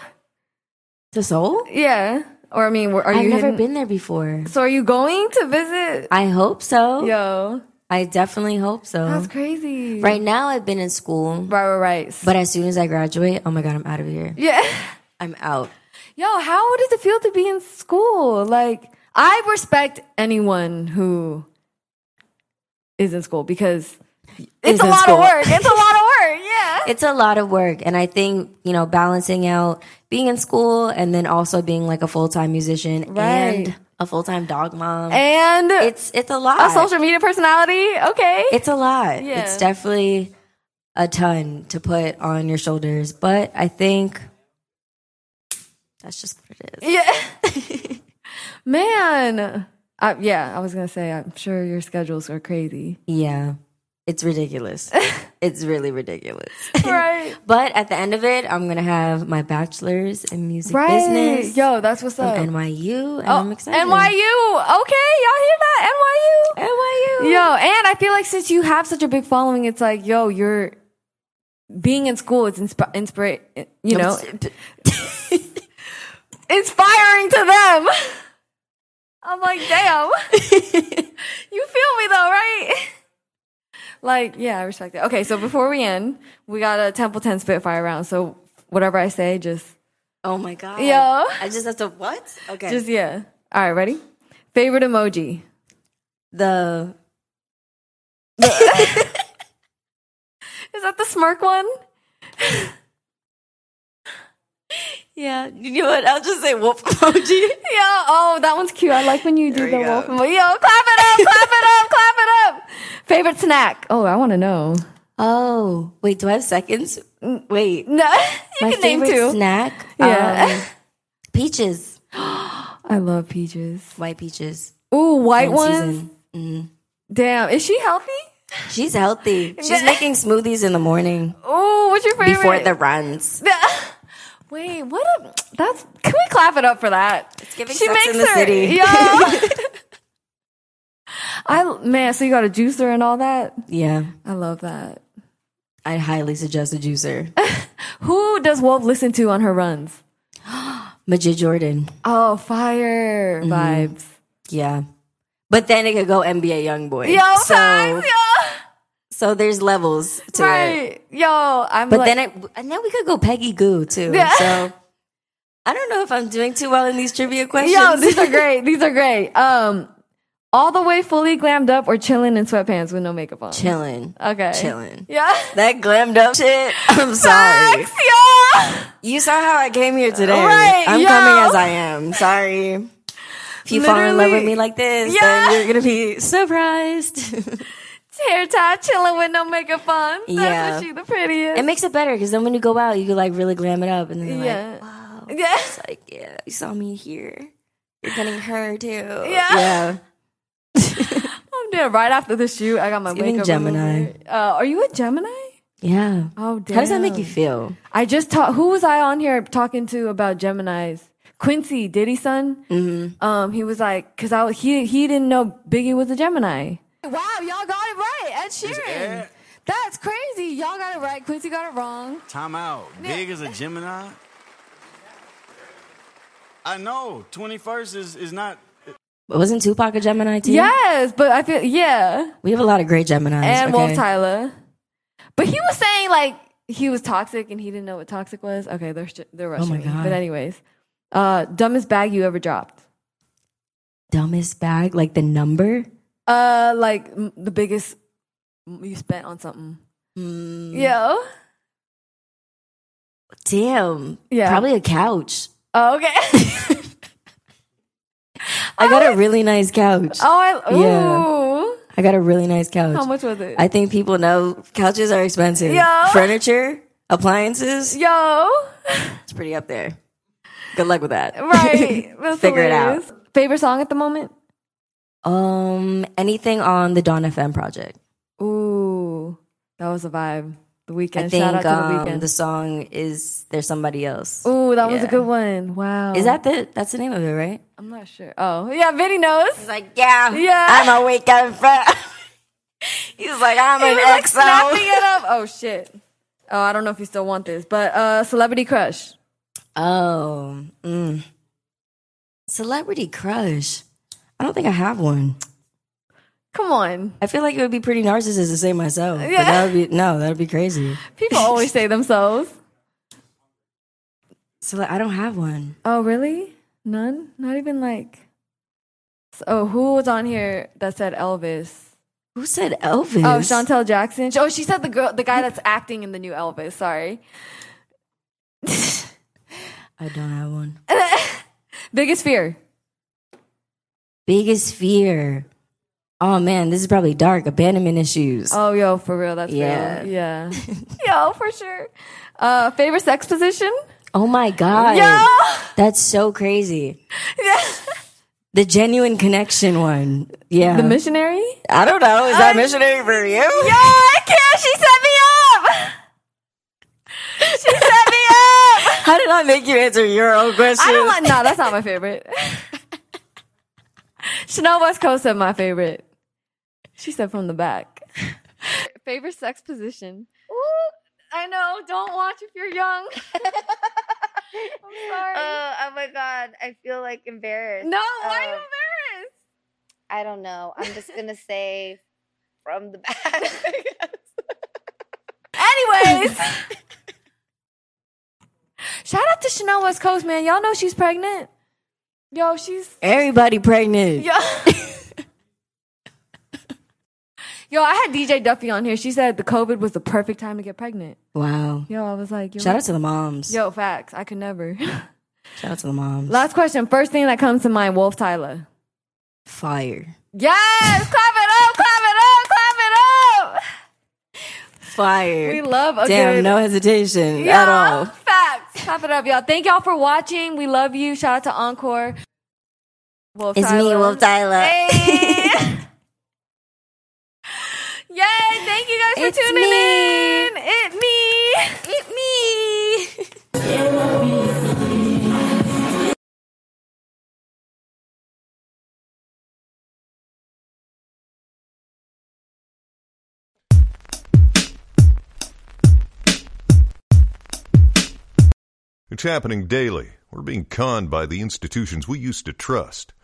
B: To Seoul?
A: Yeah. Or I mean, were- are
B: I've
A: you
B: never
A: hidden-
B: been there before.
A: So are you going to visit?
B: I hope so.
A: Yo.
B: I definitely hope so.
A: That's crazy.
B: Right now, I've been in school,
A: Right, right, right.
B: but as soon as I graduate, oh my God, I'm out of here.
A: yeah.
B: I'm out.
A: Yo, how does it feel to be in school? Like, I respect anyone who is in school because it's
B: Is
A: a
B: in
A: lot
B: school.
A: of work. It's a lot of work. Yeah.
B: It's a lot of work. And I think, you know, balancing out being in school and then also being like a full time musician
A: Right.
B: and a full time dog mom.
A: and
B: it's it's a lot.
A: a social media personality. Okay.
B: it's a lot.
A: Yeah.
B: It's definitely a ton to put on your shoulders. But I think that's just what it is.
A: yeah. Man. I, yeah, I was going to say, I'm sure your schedules are crazy.
B: Yeah. It's ridiculous. it's really ridiculous.
A: Right.
B: but at the end of it, I'm gonna have my bachelor's in music
A: Right.
B: business.
A: Yo, that's what's up.
B: from NYU, and
A: Oh,
B: I'm excited.
A: NYU. Okay, y'all hear that? NYU.
B: NYU.
A: Yo, and I feel like since you have such a big following, it's like, yo, you're being in school is insp- inspira- you know, inspiring to them. I'm like, damn. you feel me though, right? Like, yeah, I respect it. Okay, so before we end, we got a Temple 10 Spitfire round. So whatever I say, just,
B: Oh my god.
A: Yo.
B: I just have to what? Okay.
A: just, yeah. All right, ready? Favorite emoji?
B: the
A: Is that the smirk one?
B: yeah. You know what? I'll just say wolf emoji.
A: Yeah. Oh, that one's cute. I like when you do
B: we
A: the
B: go.
A: wolf. Yo, clap it up, clap it up, clap it up. Favorite snack? Oh, I want to know.
B: Oh wait, do I have seconds? Mm, Wait,
A: No, you
B: my
A: can name
B: favorite
A: two.
B: snack.
A: Yeah.
B: um, peaches,
A: I love peaches.
B: white peaches.
A: Ooh, white
B: in
A: ones.
B: season. Mm.
A: Damn, is she healthy?
B: She's healthy. She's making smoothies in the morning
A: Ooh, what's your favorite?
B: before the runs.
A: Wait, what a that's. Can we clap it up for that? It's
B: giving Sex in the City.
A: Yo. I man, so you got a juicer and all that.
B: Yeah,
A: I love that.
B: I highly suggest a juicer.
A: Who does Wolf listen to on her runs?
B: Majid Jordan.
A: Oh, fire
B: Mm-hmm.
A: vibes.
B: Yeah, but then it could go NBA YoungBoy.
A: Yo,
B: so
A: facts, yo.
B: so there's levels to it.
A: Right. Yo, I'm
B: But
A: like,
B: then it, and then we could go Peggy Goo too.
A: Yeah.
B: So I don't know if I'm doing too well in these trivia questions.
A: yo, these are great. These are great. Um, all the way fully glammed up or chilling in sweatpants with no makeup on.
B: chilling.
A: Okay.
B: Chilling.
A: Yeah.
B: That glammed up shit. I'm sorry.
A: Facts, yo.
B: You saw how I came here today.
A: Right,
B: I'm
A: yo.
B: coming as I am. Sorry. If you fall in love with
A: Literally.
B: me like this,
A: Yeah.
B: then you're gonna be surprised.
A: Hair tie, chilling with no makeup on. That's
B: Yeah.
A: what she the prettiest.
B: it makes it better because then when you go out, you can like really glam it up, and then like,
A: yeah. yeah.
B: it's like, yeah, you saw me here. You're getting her too.
A: Yeah.
B: yeah.
A: I'm doing it right after the shoot. I got my
B: Even
A: makeup.
B: Gemini.
A: remover. Uh, are you a Gemini?
B: Yeah.
A: Oh, damn.
B: How does that make you feel?
A: I just talked. Who was I on here talking to about Gemini's? Quincy Diddy's son. Mm-hmm. Um, he was like, cause I was- he he didn't know Biggie was a Gemini. Wow, y'all got it right. Ed Sheeran. That's crazy. Y'all got it right. Quincy got it wrong.
G: Time out. Big as a Gemini. I know. 21st is, is not.
B: Wasn't Tupac a Gemini too?
A: Yes, but I feel yeah,
B: We have a lot of great Geminis.
A: and
B: okay?
A: Wolf Tyler. But he was saying like he was toxic and he didn't know what toxic was. Okay, they're sh- they're rushing
B: my
A: me.
B: God.
A: But anyways, uh, dumbest bag you ever dropped.
B: Dumbest bag, like the number.
A: Uh, like m- the biggest m- you spent on something. Yo.
B: Damn.
A: Yeah.
B: Probably a couch.
A: Oh, okay.
B: I got a really nice couch.
A: oh, I. Ooh.
B: Yeah. I got a really nice couch.
A: How much was it?
B: I think people know couches are expensive.
A: Yeah.
B: Furniture, appliances,
A: Yo.
B: it's pretty up there. Good luck with that.
A: Right. That's
B: Figure it out.
A: hilarious. Favorite song at the moment?
B: Um, anything on the Dawn FM project?
A: Ooh, that was a vibe. The weekend.
B: I think
A: Shout out to the
B: um,
A: weekend.
B: the song is "There's Somebody Else."
A: Ooh, that was a
B: Yeah.
A: good one. Wow.
B: Is that the? That's the name of it, right?
A: I'm not sure. Oh, yeah. Vinny knows.
B: He's like, yeah,
A: Yeah.
B: I'm a weekend friend. He's like, I'm
A: He
B: an
A: was, like,
B: XO.
A: snapping it up. Oh shit. Oh, I don't know if you still want this, but uh, celebrity crush.
B: Oh, mm. celebrity crush. I don't think I have one.
A: Come on.
B: I feel like it would be pretty narcissist to say myself. Yeah. But that would be no, that would be crazy.
A: People always say themselves.
B: So like, I don't have one.
A: Oh, really? None? Not even like. Oh, who was on here that said Elvis?
B: Who said Elvis?
A: Oh, Chantel Jackson. Oh, she said the girl, the guy that's acting in the new Elvis. Sorry.
B: I don't have one.
A: Biggest fear.
B: Biggest fear. Oh man, this is probably dark. Abandonment issues.
A: Oh, yo, for real. That's
B: Yeah.
A: yeah, real. yeah, yo, for sure. Uh, favorite sex position?
B: Oh my god.
A: Yo,
B: That's so crazy.
A: yeah.
B: The genuine connection one. Yeah.
A: the missionary.
B: I don't know. Is that missionary for you?
A: Yeah, I can't. She set me up. She set me up.
B: How did I make you answer your own question?
A: I don't like. No, that's not my favorite. Chanel West Coast said my favorite. She said from the back. favorite sex position. Ooh, I know. Don't watch if you're young. I'm sorry.
H: Oh, oh my god, I feel like embarrassed.
A: no, why are you
H: Um,
A: embarrassed?
H: I don't know. I'm just gonna say from the back. I guess.
A: Uh, Anyways. Shout out to Chanel West Coast, man. Y'all know she's pregnant. Yo, she's
B: Everybody pregnant.
A: yo. yo, I had DJ Duffy on here. She said the COVID was the perfect time to get pregnant.
B: Wow.
A: Yo, I was like, yo,
B: Shout out to the moms.
A: yo, facts. I could never.
B: Shout out to the moms.
A: Last question. First thing that comes to mind, Wolf Tyler.
B: Fire.
A: Yes, clap it up, clap it up, clap it up.
B: Fire.
A: We love a
B: Damn,
A: good
B: no hesitation
A: Yeah,
B: at all.
A: Facts. Clap it up, y'all. Thank y'all for watching. We love you. Shout out to Encore. Wolf
B: It's me, Wolf Tyler.
A: Hey. Yay! Thank you guys for
B: It's
A: tuning
B: me.
A: in. It me. It me.
I: It's happening daily. We're being conned by the institutions we used to trust.